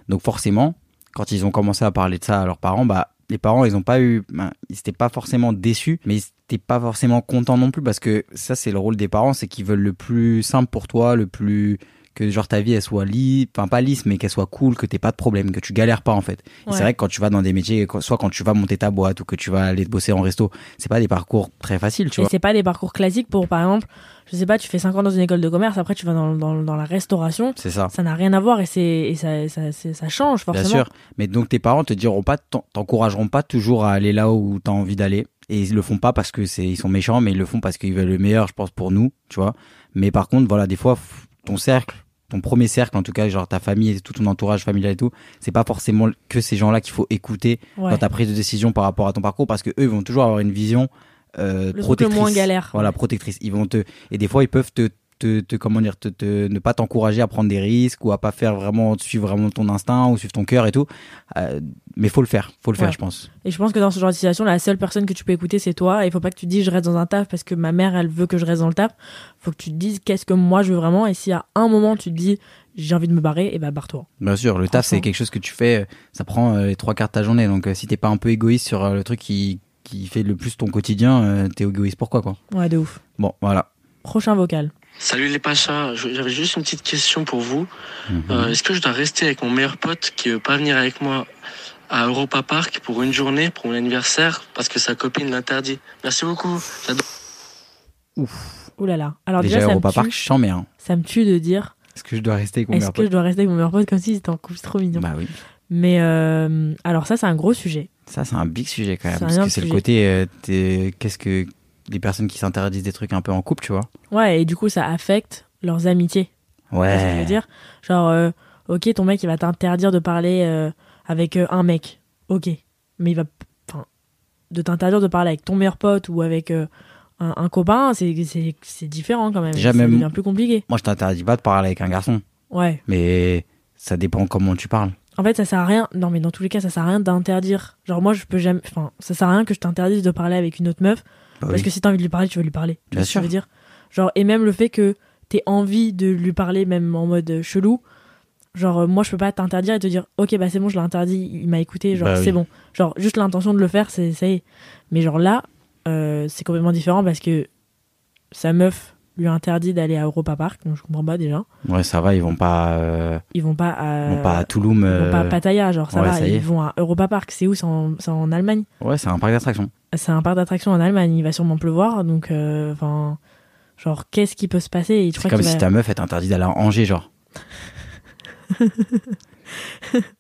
Donc forcément, quand ils ont commencé à parler de ça à leurs parents, bah les parents ils ont pas eu, ben, ils étaient pas forcément déçus, mais ils étaient pas forcément contents non plus parce que ça c'est le rôle des parents, c'est qu'ils veulent le plus simple pour toi, le plus que genre ta vie elle soit lisse, enfin pas lisse mais qu'elle soit cool, que t'aies pas de problème, que tu galères pas en fait. Et Ouais. C'est vrai que quand tu vas dans des métiers, quand- soit quand tu vas monter ta boîte ou que tu vas aller bosser en resto, c'est pas des parcours très faciles, tu Et vois. c'est pas des parcours classiques pour, par exemple, je sais pas, tu fais 5 ans dans une école de commerce, après tu vas dans, dans, dans la restauration. C'est ça. Ça n'a rien à voir et, c'est, et ça, ça, c'est- ça change Bien forcément. sûr. Mais donc tes parents te diront pas, t'en- t'encourageront pas toujours à aller là où t'as envie d'aller. Et ils le font pas parce que c'est, ils sont méchants, mais ils le font parce qu'ils veulent le meilleur, je pense, pour nous, tu vois. Mais par contre, voilà, des fois, f- ton cercle, ton premier cercle, en tout cas, genre ta famille et tout ton entourage familial et tout, c'est pas forcément que ces gens-là qu'il faut écouter Ouais. dans ta prise de décision par rapport à ton parcours parce que eux ils vont toujours avoir une vision euh, truc le protectrice moins galère. voilà protectrice ils vont te et des fois ils peuvent te te, te- comment dire te, te- ne pas t'encourager à prendre des risques ou à pas faire vraiment suivre vraiment ton instinct ou suivre ton cœur et tout Euh, mais faut le faire faut le faire Ouais. je pense Et je pense que dans ce genre de situation, la seule personne que tu peux écouter, c'est toi. Et il faut pas que tu te dises je reste dans un taf parce que ma mère, elle veut que je reste dans le taf. faut que tu te dises qu'est-ce que moi je veux vraiment. Et si à un moment tu te dis j'ai envie de me barrer, et bah barre-toi. bien sûr le taf c'est Franchement. quelque chose que tu fais euh, ça prend euh, les trois quarts de ta journée donc euh, si t'es pas un peu égoïste sur euh, le truc qui qui fait le plus ton quotidien, euh, t'es égoïste. Pourquoi, quoi Ouais, de ouf. Bon, voilà. Prochain vocal. Salut les Pachas, Je- j'avais juste une petite question pour vous. Mhm. Euh, Est-ce que je dois rester avec mon meilleur pote qui veut pas venir avec moi à Europa Park pour une journée, pour mon anniversaire, parce que sa copine l'interdit Merci beaucoup. J'adore. Ouh là là. Alors déjà, Déjà, ça, Europa me Park, tue, je sens bien. ça me tue de dire Est-ce que je dois rester avec mon est-ce meilleur que je pote dois rester avec mon meilleur pote comme s'ils étaient en couple, c'est trop mignon. Bah oui. Mais euh, alors, ça, c'est un gros sujet. Ça, c'est un big sujet quand même. C'est un Parce que énorme c'est le sujet. côté. euh, t'es- Qu'est-ce que. Les personnes qui s'interdisent des trucs un peu en couple, tu vois. Ouais, et du coup, ça affecte leurs amitiés. Tu vois ce que je veux dire Genre, euh, ok, ton mec, il va t'interdire de parler euh, avec euh, un mec. Ok. Mais il va. Enfin, de t'interdire de parler avec ton meilleur pote ou avec euh, un, un copain, c'est- c'est c'est différent quand même. Déjà, Ça même- devient plus compliqué. Moi, je t'interdis pas de parler avec un garçon. Ouais. Mais ça dépend comment tu parles. En fait, ça sert à rien. Non, mais dans tous les cas, ça sert à rien d'interdire. Genre, moi, je peux jamais. Enfin, ça sert à rien que je t'interdise de parler avec une autre meuf. Bah Parce oui. que si t'as envie de lui parler, tu veux lui parler. Tu Bien vois ce que sûr. je veux dire Genre, et même le fait que t'aies envie de lui parler, même en mode euh, chelou, genre, euh, moi, je peux pas t'interdire et te dire, ok, bah c'est bon, je l'ai interdit, il m'a écouté, genre, Bah c'est oui. bon. Genre, juste l'intention de le faire, c'est ça y est. Mais genre là, euh, c'est complètement différent parce que sa meuf lui a interdit d'aller à Europa Park, donc je comprends pas déjà. Ouais, ça va, ils vont pas, euh, Ils vont pas à. ils vont pas à Touloum. ils vont pas à euh, Pattaya, genre, ça ouais, va, ça y est. ils vont à Europa Park, c'est où C'est en- c'est en Allemagne Ouais, c'est un parc d'attractions. c'est un parc d'attractions en Allemagne, il va sûrement pleuvoir, donc euh, enfin, genre qu'est-ce qui peut se passer Et je C'est crois comme qu'il si va- ta meuf est interdite d'aller à Angers, genre.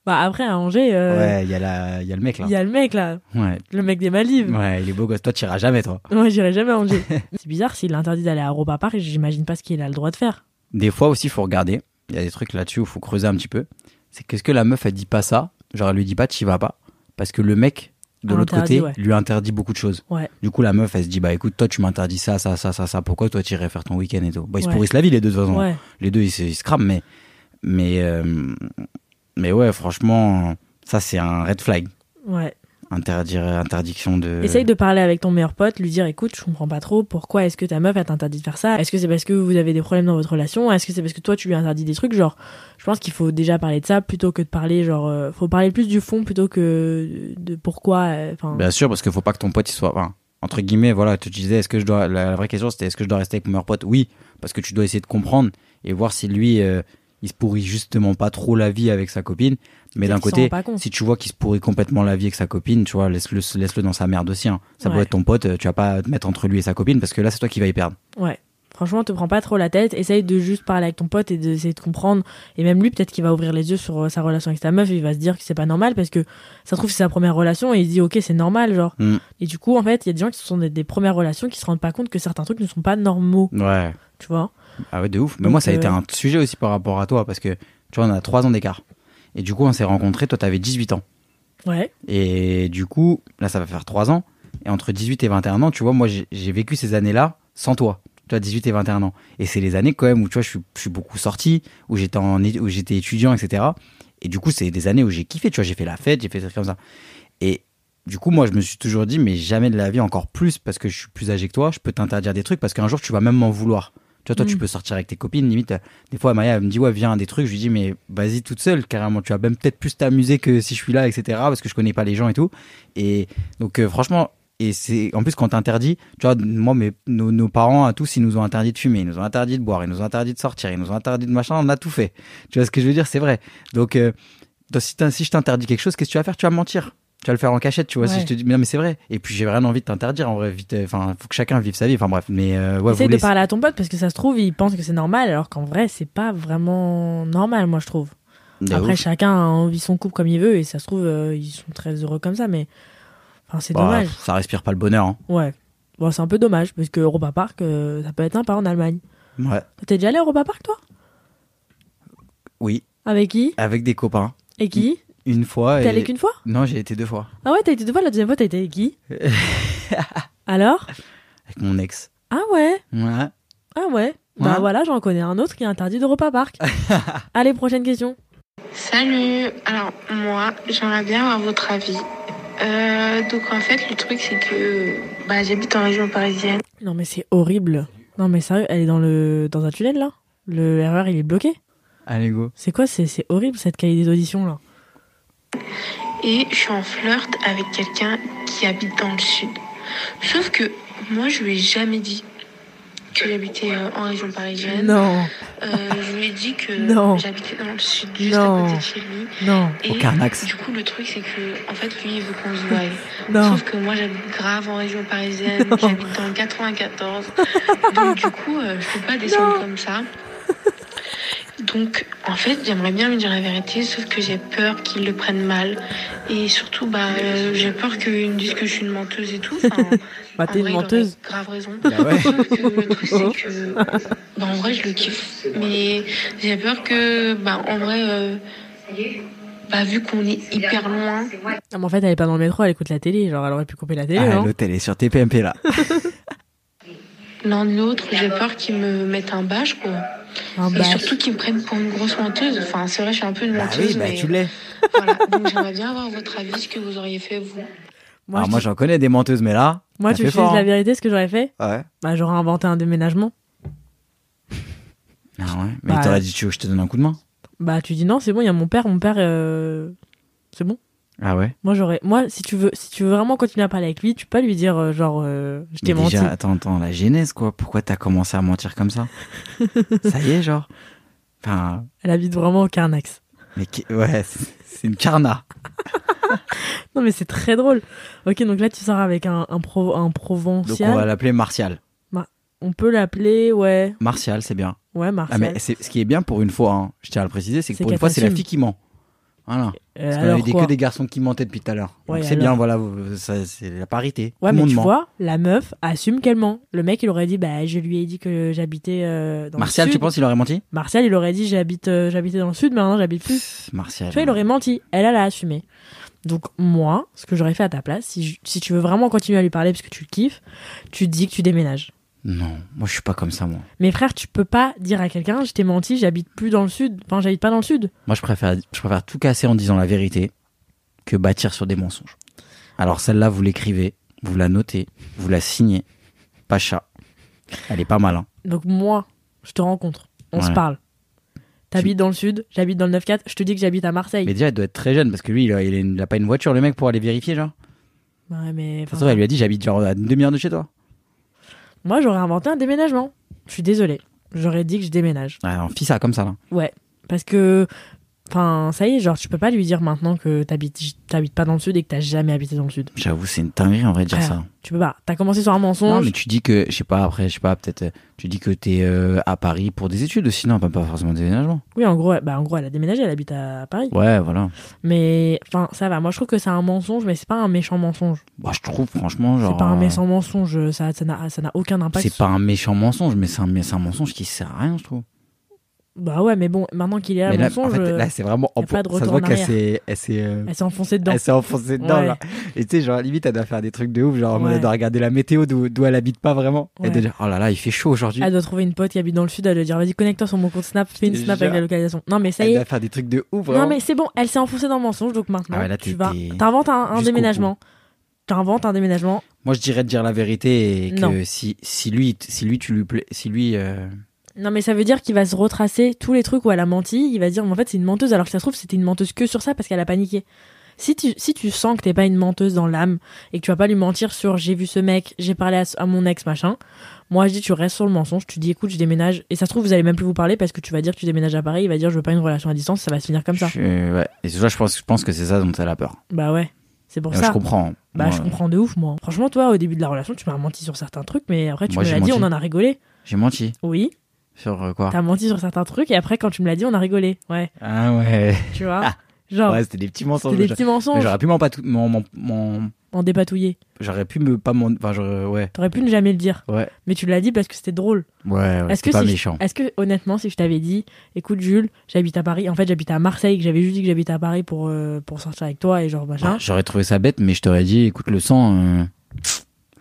Bah, après à Angers, euh, Ouais, il y, a la- il y a le mec il là. y a le mec là, Ouais. le mec des Maldives. ouais, il est beau gosse. Toi, t'iras jamais, toi. Moi j'irai jamais à (laughs) Angers. c'est bizarre s'il est interdit d'aller à Europa Park, j'imagine pas ce qu'il a le droit de faire. Des fois aussi, faut regarder. Il y a des trucs là-dessus où faut creuser un petit peu. C'est qu'est-ce que la meuf, elle dit pas ça Genre, elle lui dit pas, t'y vas pas. Parce que le mec, de Ah, l'autre interdit, côté, ouais. lui interdit beaucoup de choses. Ouais. Du coup, la meuf, elle se dit, bah écoute, toi, tu m'interdis ça, ça, ça, ça, ça. Pourquoi toi, t'irais faire ton week-end et tout Bah, ils se Ouais. pourrissent la vie, les deux, de toute façon. Ouais. les deux ils se, ils se crament mais mais euh, mais ouais franchement ça c'est un red flag Ouais. interdire interdiction de Essaye de parler avec ton meilleur pote, lui dire écoute, je comprends pas trop pourquoi est-ce que ta meuf elle t'interdit de faire ça Est-ce que c'est parce que vous avez des problèmes dans votre relation Est-ce que c'est parce que toi tu lui interdis des trucs Genre, je pense qu'il faut déjà parler de ça plutôt que de parler genre, euh, faut parler plus du fond plutôt que de pourquoi. euh, Enfin, bien sûr parce qu'il faut pas que ton pote il soit enfin, entre guillemets voilà tu te disais est-ce que je dois la, la vraie question c'était est-ce que je dois rester avec mon meilleur pote oui parce que tu dois essayer de comprendre et voir si lui euh, il se pourrit justement pas trop la vie avec sa copine mais peut-être d'un qu'il s'en côté rend pas compte. si tu vois qu'il se pourrit complètement la vie avec sa copine, tu vois, laisse-le laisse-le dans sa merde aussi. hein. Ça Ouais. doit être ton pote, tu vas pas te mettre entre lui et sa copine parce que là c'est toi qui vas y perdre. Ouais. Franchement, te prends pas trop la tête. Essaye de juste parler avec ton pote et d'essayer de comprendre. Et même lui, peut-être qu'il va ouvrir les yeux sur euh, sa relation avec ta meuf. Il va se dire que c'est pas normal parce que ça se trouve c'est sa première relation et il se dit ok c'est normal genre. Mm. Et du coup en fait il y a des gens qui sont des, des premières relations qui se rendent pas compte que certains trucs ne sont pas normaux. Ouais. Tu vois. Ah ouais, de ouf. Mais Donc, moi, ça a euh, été un sujet aussi par rapport à toi, parce que tu vois, on a 3 ans d'écart. Et du coup, on s'est rencontrés, toi, t'avais 18 ans. Ouais. Et du coup, là, ça va faire 3 ans. Et entre 18 et 21 ans, tu vois, moi, j'ai j'ai vécu ces années-là sans toi. Tu vois, 18 et 21 ans. Et c'est les années, quand même, où tu vois, je suis, je suis beaucoup sorti, où j'étais en é- où j'étais étudiant, etc. Et du coup, c'est des années où j'ai kiffé, tu vois, j'ai fait la fête, j'ai fait des trucs comme ça. Et du coup, moi, je me suis toujours dit, mais jamais de la vie, encore plus, parce que je suis plus âgé que toi, je peux t'interdire des trucs, parce qu'un jour, tu vas même m'en vouloir. Tu vois, toi, tu Mm. peux sortir avec tes copines, limite. euh, Des fois, Maya, elle me dit, ouais, viens à des trucs. Je lui dis, mais vas-y toute seule, carrément. Tu vas même peut-être plus t'amuser que si je suis là, etc., parce que je connais pas les gens et tout. Et donc, euh, franchement, et c'est, en plus, quand t'interdis, tu vois, moi, mes, nos, nos parents, à tous, ils nous ont interdit de fumer, ils nous ont interdit de boire, ils nous ont interdit de sortir, ils nous ont interdit de machin, on a tout fait. Tu vois ce que je veux dire? C'est vrai. Donc, euh, donc, si, t'in- si je t'interdis quelque chose, qu'est-ce que tu vas faire Tu vas mentir. Tu vas le faire en cachette, tu vois. Si Ouais. je te dis, mais non, mais c'est vrai. Et puis, j'ai rien envie de t'interdire, en vrai, vite. euh, Enfin, faut que chacun vive sa vie. Enfin, bref. Mais, euh, ouais, Essaye vous de laissez- parler à ton pote parce que ça se trouve il pense que c'est normal alors qu'en vrai c'est pas vraiment normal moi je trouve. De Après Bah, ouf. chacun vit son couple comme il veut et ça se trouve euh, ils sont très heureux comme ça mais enfin c'est Bah, dommage. pff, Ça respire pas le bonheur, hein. Ouais. Bon, c'est un peu dommage, parce que Europa Park, euh, ça peut être sympa en Allemagne. Ouais. T'es déjà allé à Europa Park, toi Oui. Avec qui Avec des copains. Et qui Une fois. T'es allé Et... qu'une fois Non, j'ai été deux fois. Ah ouais, t'as été deux fois, la deuxième fois, t'as été avec qui Alors Avec mon ex. Ah ouais Ouais. Ah ouais Bah Ouais. voilà, j'en connais un autre qui est interdit d'Europa Park. Allez, prochaine question. Salut, alors moi j'aimerais bien avoir votre avis. Euh, donc en fait le truc c'est que bah, j'habite en région parisienne. Non mais c'est horrible. Non mais sérieux, elle est dans, le... dans un tunnel, là Le erreur, il est bloqué Allez, go. C'est quoi C'est c'est horrible, cette qualité d'audition, là et je suis en flirt avec quelqu'un qui habite dans le sud. Sauf que moi, je lui ai jamais dit que j'habitais euh, en région parisienne. Non, Euh, je lui ai dit que Non. j'habitais dans le sud, juste Non. à côté de chez lui. non, Et Au (laughs) Carnax. du coup, le truc, c'est que, en fait, lui, il veut qu'on se voie. non. (laughs) Sauf que moi, j'habite grave en région parisienne, (laughs) Non. j'habite dans le 94. Donc, du coup, euh, je peux pas descendre comme ça. Donc, en fait, j'aimerais bien lui dire la vérité, sauf que j'ai peur qu'il le prenne mal. Et surtout, bah, euh, j'ai peur qu'il me dise que je suis une menteuse et tout. (laughs) Enfin, Bah, en t'es une vrai, il aurait menteuse. Hein Grave raison. Bah ouais. Sauf que le truc, c'est que. Bah, en vrai, je le kiffe. Mais j'ai peur que. Bah, en vrai. euh, bah, vu qu'on est hyper loin, Ah, mais en fait, elle est pas dans le métro, elle écoute la télé. Genre, elle aurait pu couper la télé, hein. Ah, non l'hôtel est sur TPMP là. l'un de l'autre, j'ai peur qu'ils me mettent un bâche, quoi. Un Et bâche. surtout qu'ils me prennent pour une grosse menteuse. Enfin, c'est vrai, je suis un peu une Bah menteuse, oui, bah mais tu l'es. voilà. Donc j'aimerais bien avoir votre avis, ce que vous auriez fait, vous. Moi, Alors Ah, moi je- j'en connais des menteuses, mais là. moi, ça tu fait utilises fort, la hein. vérité, ce que j'aurais fait Ouais. Bah, j'aurais inventé un déménagement. Ah ouais. Mais Bah, t'aurais dit, tu veux que je te donne un coup de main Bah, tu dis non, c'est bon, il y a mon père, mon père, euh, c'est bon. Ah ouais. Moi, j'aurais. Moi, si tu veux si tu veux vraiment continuer à parler avec lui, tu peux pas lui dire, euh, genre, euh, je t'ai Mais menti. déjà, attends, attends, la genèse quoi. Pourquoi t'as commencé à mentir (laughs) comme ça Ça y est, genre. Enfin, Elle habite vraiment au Carnax. mais qui- ouais, c'est c'est une carna. Non, mais c'est très drôle. Ok, donc là, tu sors avec un, un, pro- un Donc provincial. on on, va l'appeler Martial. peut l'appeler, ouais. Martial, c'est bien. Ouais, Ah Martial. mais c'est- ce qui est bien pour une fois, hein, je tiens à le préciser, c'est que C'est pour une qu'elle fois, c'est la t'assume. fille qui ment. Voilà. Euh, Parce qu'on a alors eu des- quoi que des garçons qui mentaient depuis tout à l'heure. Ouais, Donc c'est alors. bien, voilà, vous- ça, c'est la parité. Ouais, Tout le mais monde tu ment. vois, la meuf assume qu'elle ment. Le mec, il aurait dit, bah, je lui ai dit que j'habitais euh, dans Martial, le tu sud. penses qu'il aurait menti Martial, il aurait dit, j'habite, euh, j'habitais dans le sud, mais maintenant, j'habite plus. Martial. Tu vois, il aurait menti. Elle, elle a assumé. Donc, moi, ce que j'aurais fait à ta place, si, je- si tu veux vraiment continuer à lui parler parce que tu le kiffes, tu dis que tu déménages. Non, moi je suis pas comme ça, moi. Mais frère, tu peux pas dire à quelqu'un, je t'ai menti, j'habite plus dans le sud. Enfin, j'habite pas dans le sud. Moi je préfère, je préfère tout casser en disant la vérité que bâtir sur des mensonges. Alors celle-là, vous l'écrivez, vous la notez, vous la signez. Pacha. Elle est pas mal, hein. Donc, moi, je te rencontre. On se Ouais. parle. T'habites dans le sud, j'habite dans le 9-4, je te dis que j'habite à Marseille. Mais déjà, elle doit être très jeune parce que lui, il a, il a- il a pas une voiture, le mec, pour aller vérifier, genre. Ouais, mais, De toute enfin, façon, elle lui a dit, j'habite genre à une demi-heure de chez toi. Moi, j'aurais inventé un déménagement. Je suis désolée. J'aurais dit que je déménage. Ouais, on fit Ah, ça comme ça, là. Parce que, enfin, ça y est, genre, tu peux pas lui dire maintenant que t'habites t'habites pas dans le sud et que t'as jamais habité dans le sud. J'avoue, c'est une dinguerie en vrai de dire Frère, ça. Tu peux pas. T'as commencé sur un Non, mensonge. mais tu dis que, je sais pas, après, je sais pas, peut-être, euh, tu dis que t'es euh, à Paris pour des études aussi, non, pas, pas forcément des déménagements. Oui, en gros, elle- bah, en gros, elle a déménagé, elle habite à Paris. Ouais, voilà. Mais, enfin, ça va. Moi, je trouve que c'est un mensonge, mais c'est pas un méchant mensonge. Bah, je trouve, franchement, genre. C'est pas un euh, méchant mensonge. Ça, ça n'a, ça n'a aucun impact. C'est sur- pas un méchant mensonge, mais c'est un, mais c'est un mensonge qui sert à rien, je trouve. Bah ouais, mais bon, maintenant qu'il est là, mais le là, mensonge, en fait, euh, là, c'est vraiment. y a pas de ça se retour voit en qu'elle arrière. s'est, elle s'est, euh, elle s'est enfoncée dedans. elle s'est enfoncée dedans. Ouais. là. Et tu sais, genre, limite, elle doit faire des trucs de ouf, genre, en mode, Ouais. elle doit regarder la météo d'où, d'où elle habite pas vraiment. Elle doit Ouais. Ah, dire, oh là là, il fait chaud aujourd'hui. Elle doit trouver une pote qui habite dans le sud, elle doit dire vas-y connecte-toi sur mon compte Snap, fais une Je te Snap avec jure. la localisation. Non mais ça Elle y est, doit faire des trucs de ouf, vraiment. Non mais c'est bon, elle s'est enfoncée dans le mensonge, donc maintenant Ah ouais, là, tu t'es- vas, t'es t'inventes un, un jusqu'au déménagement. T'inventes un déménagement. Moi, je dirais de dire la vérité et que Non. si, si lui, si lui, tu lui plais, si lui, euh, Non mais ça veut dire qu'il va se retracer tous les trucs où elle a menti. Il va se dire mais en fait c'est une menteuse alors que ça se trouve c'était une menteuse que sur ça parce qu'elle a paniqué. Si tu, si tu sens que t'es pas une menteuse dans l'âme et que tu vas pas lui mentir sur j'ai vu ce mec, j'ai parlé à, ce- à mon ex machin, moi je dis tu restes sur le mensonge, tu dis écoute je déménage et ça se trouve vous allez même plus vous parler parce que tu vas dire que tu déménages à Paris, il va dire je veux pas une relation à distance, ça va se finir comme ça. je- euh, ouais. Et c'est ça, je pense, je pense que c'est ça dont elle a peur. Bah ouais, c'est pour Et ça. Ah, je comprends. Bah, Moi, je comprends de ouf, moi. Franchement, toi, au début de la relation, tu m'as menti sur certains trucs, mais après, tu Moi, me j'ai l'as dit, menti. on en a rigolé. J'ai menti Oui, sur euh, quoi t'as menti sur certains trucs, et après, quand tu me l'as dit, on a rigolé. Ouais, Ah ouais. tu vois. Genre, Ah, ouais, c'était des petits mensonges. c'était des déjà. petits Mais mensonges j'aurais pu m'en pas tout- m'en- m'en- m'en- en dépatouillé. j'aurais pu me pas m'en enfin j'aurais- ouais. T'aurais pu ne jamais le dire, Ouais. mais tu l'as dit parce que c'était drôle. Ouais, ouais Est-ce que c'était pas si je- méchant. Est-ce que, honnêtement, si je t'avais dit, écoute, Jules, j'habite à Paris, en fait, j'habite à Marseille, que j'avais juste dit que j'habite à Paris pour, euh, pour sortir avec toi et genre machin. Ouais, J'aurais trouvé ça bête mais je t'aurais dit écoute le sang euh,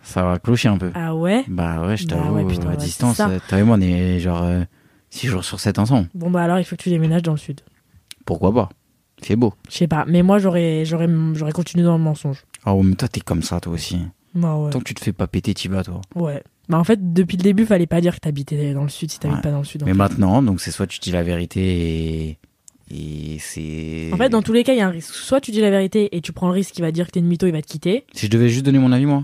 ça va clocher un peu. Ah ouais Bah ouais, je Bah t'avoue ouais, putain, à ouais, c'est distance, ça. euh, toi et moi on est genre 6 jours sur 7 ensemble. Bon, bah alors, il faut que tu déménages dans le sud. Pourquoi pas Il fait beau. Je sais pas, mais moi, j'aurais j'aurais j'aurais continué dans le mensonge. Ah ouais, mais toi t'es comme ça toi aussi. Bah ouais. Tant que tu te fais pas péter, t'y vas toi. Ouais. Bah en fait, depuis le début, fallait pas dire que t'habitais dans le sud hein. si t'habites Ouais. pas dans le sud. en Mais fait. maintenant, donc c'est soit tu dis la vérité et, Et c'est. En fait, dans tous les cas, il y a un risque. Soit tu dis la vérité et tu prends le risque qu'il va dire que t'es une mytho, il va te quitter. Si je devais juste donner mon avis, moi,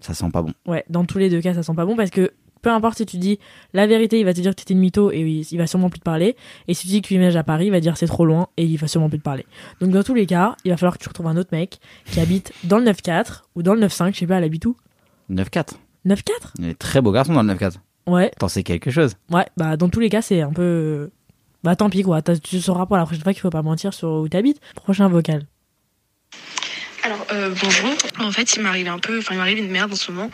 ça sent pas bon. Ouais, dans tous les deux cas, ça sent pas bon parce que peu importe si tu dis la vérité, il va te dire que t'es une mytho et il il va sûrement plus te parler. Et si tu dis que tu déménages à Paris, il va dire c'est trop loin et il va sûrement plus te parler. Donc dans tous les cas, il va falloir que tu retrouves un autre mec qui habite dans le 9-4 ou dans le 9-5, je sais pas, elle habite où 9-4. 9-4 Il y a des très beaux garçons dans le 9-4. Ouais, T'en sais quelque chose. ouais, bah dans tous les cas, c'est un peu. Bah tant pis quoi, T'as- tu sauras pour la prochaine fois qu'il faut pas mentir sur où t'habites. Prochain vocal. Alors euh, bonjour. En fait, il m'arrive un peu, enfin il m'arrive une merde en ce moment.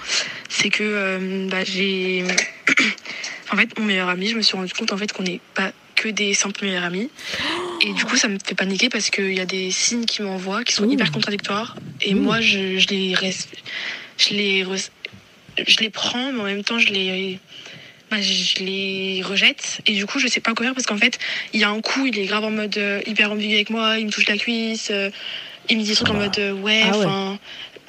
C'est que euh, bah, j'ai, (coughs) en fait, mon meilleur ami, je me suis rendu compte en fait qu'on n'est pas que des simples meilleurs amis. Et du coup, ça me fait paniquer parce qu'il y a des signes qui m'envoient qui sont Ouh. hyper contradictoires. Et moi, je, je les, res- je les, res- je les prends, mais en même temps, je les bah, je les rejette et du coup je sais pas quoi faire parce qu'en fait il y a un coup il est grave en mode euh, hyper ambigu avec moi il me touche la cuisse euh, il me dit des trucs en mode euh, ouais Ah ouais. enfin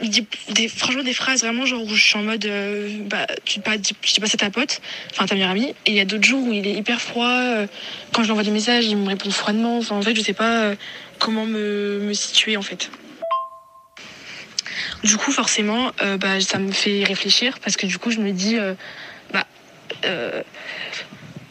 il dit des, franchement des phrases vraiment genre où je suis en mode euh, bah tu pas dis- je dis pas c'est ta pote enfin ta meilleure amie et il y a d'autres jours où il est hyper froid euh, quand je lui envoie des messages il me répond froidement enfin en fait je sais pas euh, comment me, me situer en fait du coup forcément euh, bah, ça me fait réfléchir parce que du coup je me dis euh, bah euh,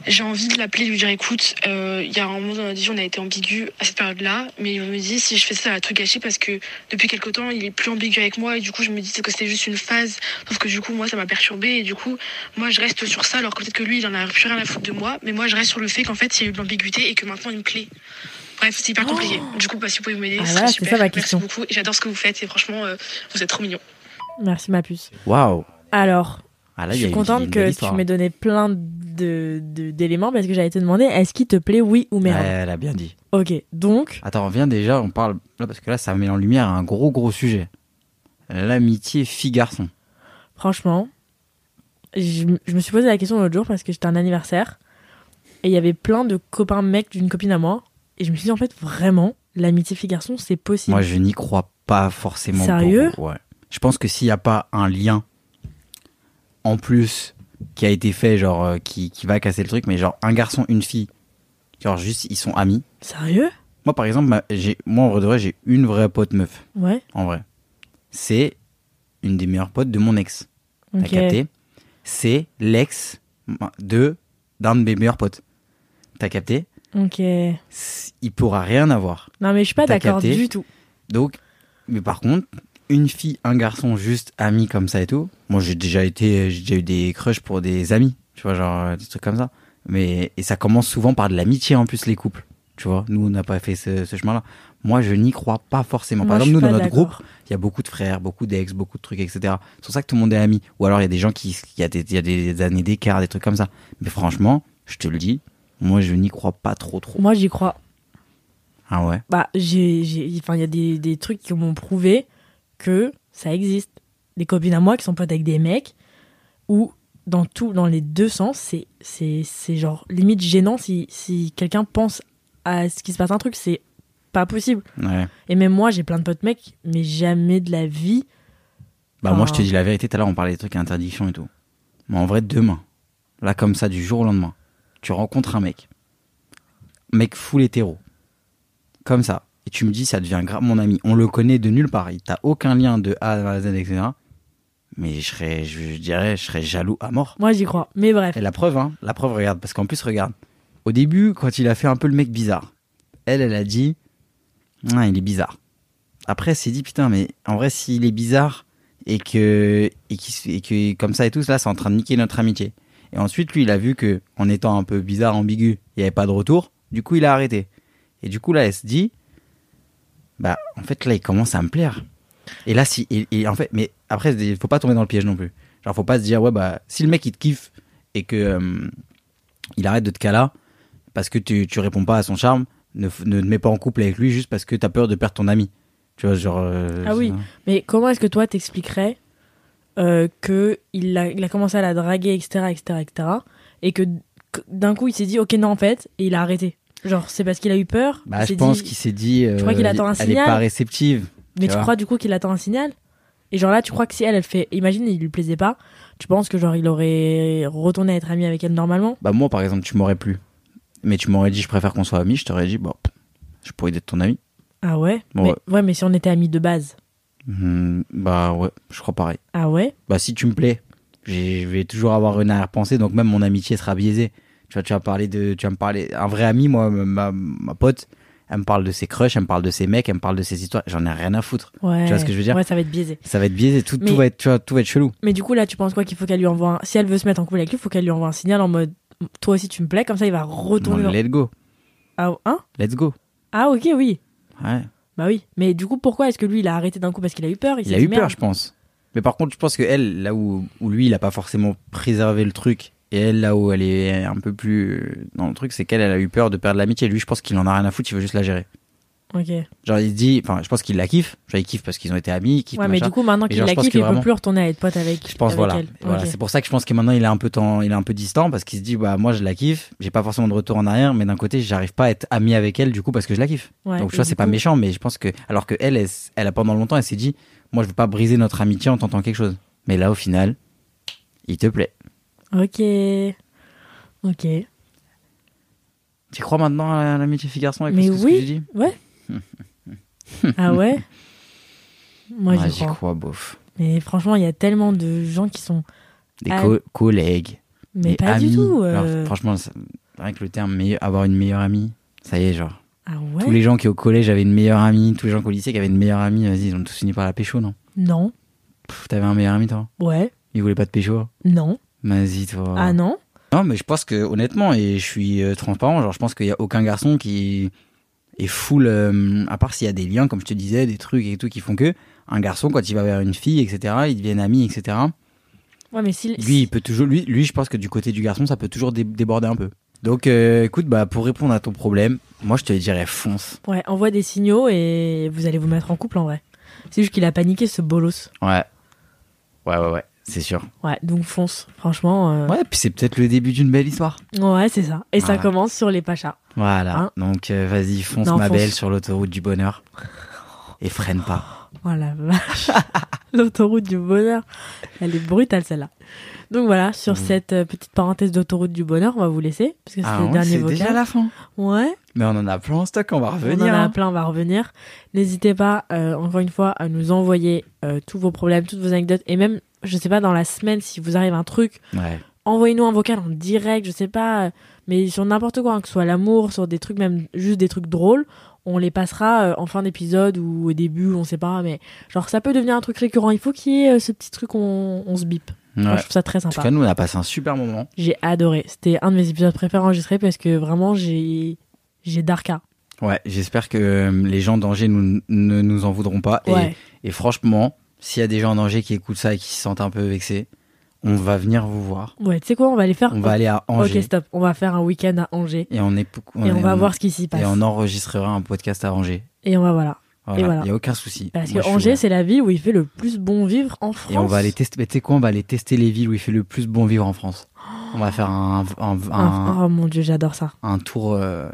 j'ai envie de l'appeler, de lui dire écoute, euh, il y a un moment dans notre vie, on a été ambigu à cette période-là, mais je me dis si je fais ça, ça va tout gâcher parce que depuis quelque temps, il est plus ambigu avec moi et du coup, je me dis que c'était juste une phase, sauf que du coup, moi, ça m'a perturbé et du coup, moi, je reste sur ça alors que peut-être que lui, il en a plus rien à foutre de moi, mais moi, je reste sur le fait qu'en fait, il y a eu de l'ambiguïté et que maintenant, il me plaît. Bref, c'est hyper compliqué. Du coup, bah, si vous pouvez m'aider, Ah ce voilà, serait c'est super. ça ma Merci question. beaucoup. et J'adore ce que vous faites et franchement, euh, vous êtes trop mignons. Merci ma puce. Waouh. Alors, Ah, là, je il y a suis une- contente une belle que tu histoire. m'aies donné plein de- de- d'éléments parce que j'allais te demander est-ce qu'il te plaît oui ou merde. Ouais, elle a bien dit. Ok, donc Attends, on vient déjà, on parle. Là, parce que là, ça met en lumière un gros, gros sujet. L'amitié fille-garçon. franchement, je, m- je me suis posé la question l'autre jour parce que j'étais à un anniversaire et il y avait plein de copains mecs d'une copine à moi et je me suis dit en fait vraiment l'amitié fille garçon c'est possible. Moi, je n'y crois pas forcément. pour- Sérieux Ouais. Je pense que s'il n'y a pas un lien en plus qui a été fait, genre, euh, qui, qui va casser le truc, mais genre, un garçon, une fille, genre, juste, ils sont amis. Sérieux Moi, par exemple, ma- j'ai, moi, en vrai de vrai, j'ai une vraie pote meuf, Ouais. en vrai. C'est une des meilleures potes de mon ex. Ok. T'as capté C'est l'ex de, d'un de mes meilleurs potes. T'as capté Ok. C'est- Il pourra rien avoir. Non mais je suis pas T'as d'accord capté du tout. Donc, mais par contre, une fille, un garçon, juste amis comme ça et tout. Moi, j'ai déjà été, j'ai déjà eu des crushs pour des amis, tu vois, genre euh, des trucs comme ça. Mais et ça commence souvent par de l'amitié en plus les couples, tu vois. Nous, on n'a pas fait ce, ce chemin-là. Moi, je n'y crois pas forcément. Moi, par je exemple, nous, suis dans pas notre d'accord. groupe, il y a beaucoup de frères, beaucoup d'ex, beaucoup de trucs, etc. C'est pour ça que tout le monde est ami. Ou alors il y a des gens qui, il y a des, il y a des années d'écart, des trucs comme ça. Mais franchement, je te le dis, moi je n'y crois pas trop trop. Moi j'y crois. Ah ouais. Bah j'ai, j'ai- enfin il y a des, des trucs qui m'ont prouvé que ça existe. Des copines à moi qui sont potes avec des mecs où dans tout, dans les deux sens, c'est, c'est, c'est genre limite gênant si, si quelqu'un pense à ce qui se passe un truc, c'est pas possible. Ouais. Et même moi j'ai plein de potes mecs, mais jamais de la vie. Bah moi je te Ah. dis la vérité, tout à l'heure on parlait des trucs à interdiction et tout. Mais en vrai demain, là comme ça du jour au lendemain, tu rencontres un mec, mec full hétéro, comme ça, et tu me dis ça devient grave mon ami, on le connaît de nulle part, il t'a aucun lien de A à Z, etc. Mais je serais, je dirais, je serais jaloux à mort. Moi j'y crois. Mais bref. Et la preuve, hein, la preuve, regarde, parce qu'en plus, regarde, au début, quand il a fait un peu le mec bizarre, elle, elle a dit, ah, il est bizarre. Après, elle s'est dit, putain, mais en vrai, s'il est bizarre et que, et qu'il se- et que comme ça et tout, là, c'est en train de niquer notre amitié. Et ensuite, lui, il a vu que, en étant un peu bizarre, ambigu, il n'y avait pas de retour, du coup, il a arrêté. Et du coup, là, elle se dit, bah, en fait, là, il commence à me plaire. Et là, si, et, et en fait, mais après, il faut pas tomber dans le piège non plus. Genre, faut pas se dire, ouais, bah, si le mec, il te kiffe, et que euh, il arrête de te caler parce que tu, tu réponds pas à son charme, ne, f- ne te mets pas en couple avec lui juste parce que t'as peur de perdre ton ami. Tu vois, genre. euh, Ah oui. c'est- Mais comment est-ce que toi t'expliquerais euh, que il a, il a commencé à la draguer, etc., etc., etc., et que d- que d'un coup il s'est dit ok non en fait et il a arrêté. Genre c'est parce qu'il a eu peur. il Bah, je s'est pense dit- qu'il s'est dit. crois qu'il euh, attend un Elle est signal pas réceptive. Mais tu tu vois. crois du coup qu'il attend un signal Et genre là tu crois que si elle elle fait, imagine il lui plaisait pas, tu penses que genre il aurait retourné à être ami avec elle normalement Bah, moi, par exemple, tu m'aurais plu. mais tu m'aurais dit je préfère qu'on soit amis, je t'aurais dit bon, je pourrais être ton ami. Ah ouais Bon, mais, ouais. ouais, mais si on était amis de base. Hmm, bah ouais, je crois pareil. Ah ouais Bah si tu me plais, j'ai- je vais toujours avoir une arrière-pensée, donc même mon amitié sera biaisée. Tu vois, tu vas parler de, tu vas me parler, un vrai ami, moi, ma, ma pote, elle me parle de ses crushs, elle me parle de ses mecs, elle me parle de ses histoires, j'en ai rien à foutre. Ouais. Tu vois ce que je veux dire Ouais, ça va être biaisé. Ça va être biaisé, tout, Mais- tout va être, tu vois, tout va être chelou. Mais du coup, là, tu penses quoi qu'il faut qu'elle lui envoie un... Si elle veut se mettre en couple avec lui, faut qu'elle lui envoie un signal en mode Toi aussi, tu me plais, comme ça, il va Donc, retourner dans. let's go, Ah, hein let's go. ah, ok, oui. Ouais. Bah oui. Mais du coup, pourquoi est-ce que lui, il a arrêté d'un coup Parce qu'il a eu peur Il s'est a dit, eu peur, Merde. je pense. Mais par contre, je pense que elle, là où, où lui, il a pas forcément préservé le truc, et elle, là où elle est un peu plus euh, dans le truc, c'est qu'elle, elle a eu peur de perdre l'amitié. Lui, je pense qu'il en a rien à foutre, il veut juste la gérer. Ok. Ouais, Genre, il se dit, enfin, je pense qu'il la kiffe. Genre, il kiffe parce qu'ils ont été amis, il kiffe, mais machin. du coup, maintenant Mais qu'il genre, la je pense kiffe, que il peut vraiment- plus retourner à être pote avec. Je pense, avec voilà. elle. voilà. Ok. C'est pour ça que je pense que maintenant, il est un peu, temps- il est un peu distant parce qu'il se dit, bah, moi, je la kiffe, j'ai pas forcément de retour en arrière, mais d'un côté, j'arrive pas à être ami avec elle, du coup, parce que je la kiffe. Ouais, Donc, tu et vois, du c'est pas coup- méchant, mais je pense que, alors que elle, elle, elle a pendant longtemps, elle s'est dit, moi, je veux pas briser notre amitié en tentant quelque chose. Mais là, au final, il te plaît. Ok. (laughs) Ok. Tu crois maintenant à l'amitié fille-garçon avec Mais tout ce que oui. j'ai dit Ouais. ah ouais Moi, Ouais, j'y crois. bof. Mais franchement, il y a tellement de gens qui sont. Des Ah. co- collègues. Mais des pas amis. du tout. euh, Alors, franchement, ça- rien que le terme meilleur- avoir une meilleure amie, ça y est, genre. Ah ouais Tous les gens qui au collège avaient une meilleure amie, tous les gens qui au lycée qui avaient une meilleure amie, vas-y, ils ont tous fini par la pécho, non Non. Pff, T'avais un meilleur ami, toi Ouais. Il voulait pas te pécho Non. Vas-y, toi. Ah non Non, mais je pense que, honnêtement, et je suis euh, transparent, genre, je pense qu'il y a aucun garçon qui est full, euh, à part s'il y a des liens, comme je te disais, des trucs et tout qui font que, un garçon, quand il va vers une fille, etc., ils deviennent amis, etc., Ouais, mais si. lui, il peut toujours, lui, lui, je pense que du côté du garçon, ça peut toujours dé- déborder un peu. Donc, euh, écoute, bah, pour répondre à ton problème, moi, je te dirais fonce. Ouais, envoie des signaux et vous allez vous mettre en couple en vrai. C'est juste qu'il a paniqué ce bolos. Ouais. Ouais, ouais, ouais, c'est sûr. Ouais, donc fonce. Franchement, euh, Ouais, puis c'est peut-être le début d'une belle histoire. ouais, c'est ça. Et ça Voilà. commence sur les pachas. Voilà. Hein Donc euh, vas-y, fonce Non, ma fonce. belle sur l'autoroute (laughs) du bonheur. Et freine pas. Voilà, Oh (laughs) vache. L'autoroute du bonheur. Elle est brutale celle-là. Donc voilà, Mm. sur cette euh, petite parenthèse d'autoroute du bonheur, on va vous laisser. Parce que c'est le Ah ouais, dernier c'est vocal. déjà la fin. Ouais. Mais on en a plein en stock, on va revenir. On en a hein. plein, on va revenir. N'hésitez pas, euh, encore une fois, à nous envoyer euh, tous vos problèmes, toutes vos anecdotes. Et même, je sais pas, dans la semaine, si vous arrive un truc, hein. Ouais. envoyez-nous un vocal en direct, je sais pas, euh, mais sur n'importe quoi, hein, que ce soit l'amour, sur des trucs, même juste des trucs drôles. On les passera euh, en fin d'épisode ou au début, on sait pas, mais genre ça peut devenir un truc récurrent. Il faut qu'il y ait euh, ce petit truc, on, on se bip. Ouais. Moi, je trouve ça très En tout sympa. cas, nous, on a passé un super moment. J'ai adoré. C'était un de mes épisodes préférés enregistrés parce que vraiment, j'ai j'ai Darka. Ouais, j'espère que euh, les gens d'Angers nous, ne nous en voudront pas. Et- Ouais. Et, franchement, s'il y a des gens en danger qui écoutent ça et qui se sentent un peu vexés, on va venir vous voir. Ouais, tu sais quoi, on va aller faire On va aller à Angers. Ah, Ok, stop. On va faire un week-end à Angers Et on est, et on va voir ce qui s'y passe. Et on enregistrera un podcast à Angers. Et on va voilà. Voilà, il voilà. y a aucun souci. Parce Moi, je que suis Angers, ouvert. c'est la ville où il fait le plus bon vivre en France. Et on va aller tester. Mais tu sais quoi On va aller tester les villes où il fait le plus bon vivre en France. On va faire un, un, un, Ah, Oh mon dieu, j'adore ça. un tour. euh,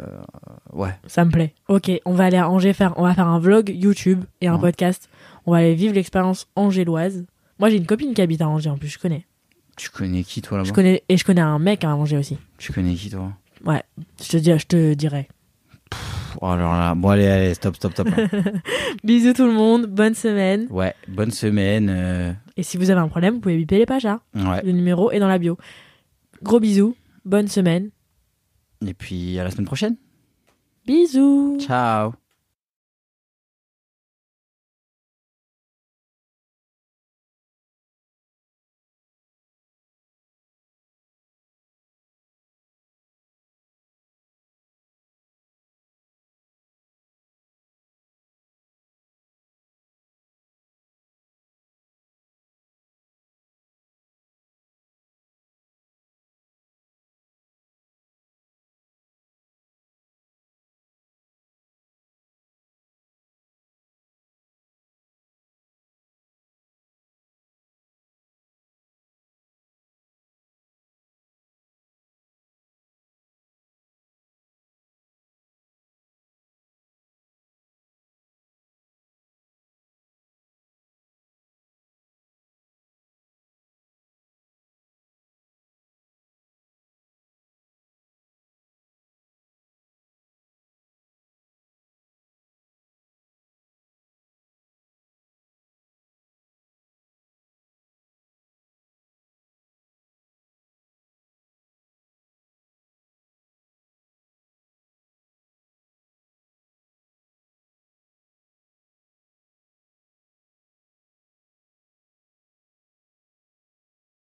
ouais. Ça me plaît. Ok, on va aller à Angers faire. On va faire un vlog YouTube et un Ouais. podcast. On va aller vivre l'expérience angéloise. Moi, j'ai une copine qui habite à Angers en plus. Je connais. Tu connais qui toi Je là-bas connais et je connais un mec à Angers aussi. Tu connais qui toi Je te dis, je te dirai. Pff, Oh alors là. Bon allez, allez, stop, stop, (laughs) stop. Bisous tout le monde. Bonne semaine. ouais. Bonne semaine. euh, Et si vous avez un problème, vous pouvez biper les pages. hein. ouais. Le numéro est dans la bio. Gros bisous. Bonne semaine. Et puis à la semaine prochaine. Bisous. Ciao.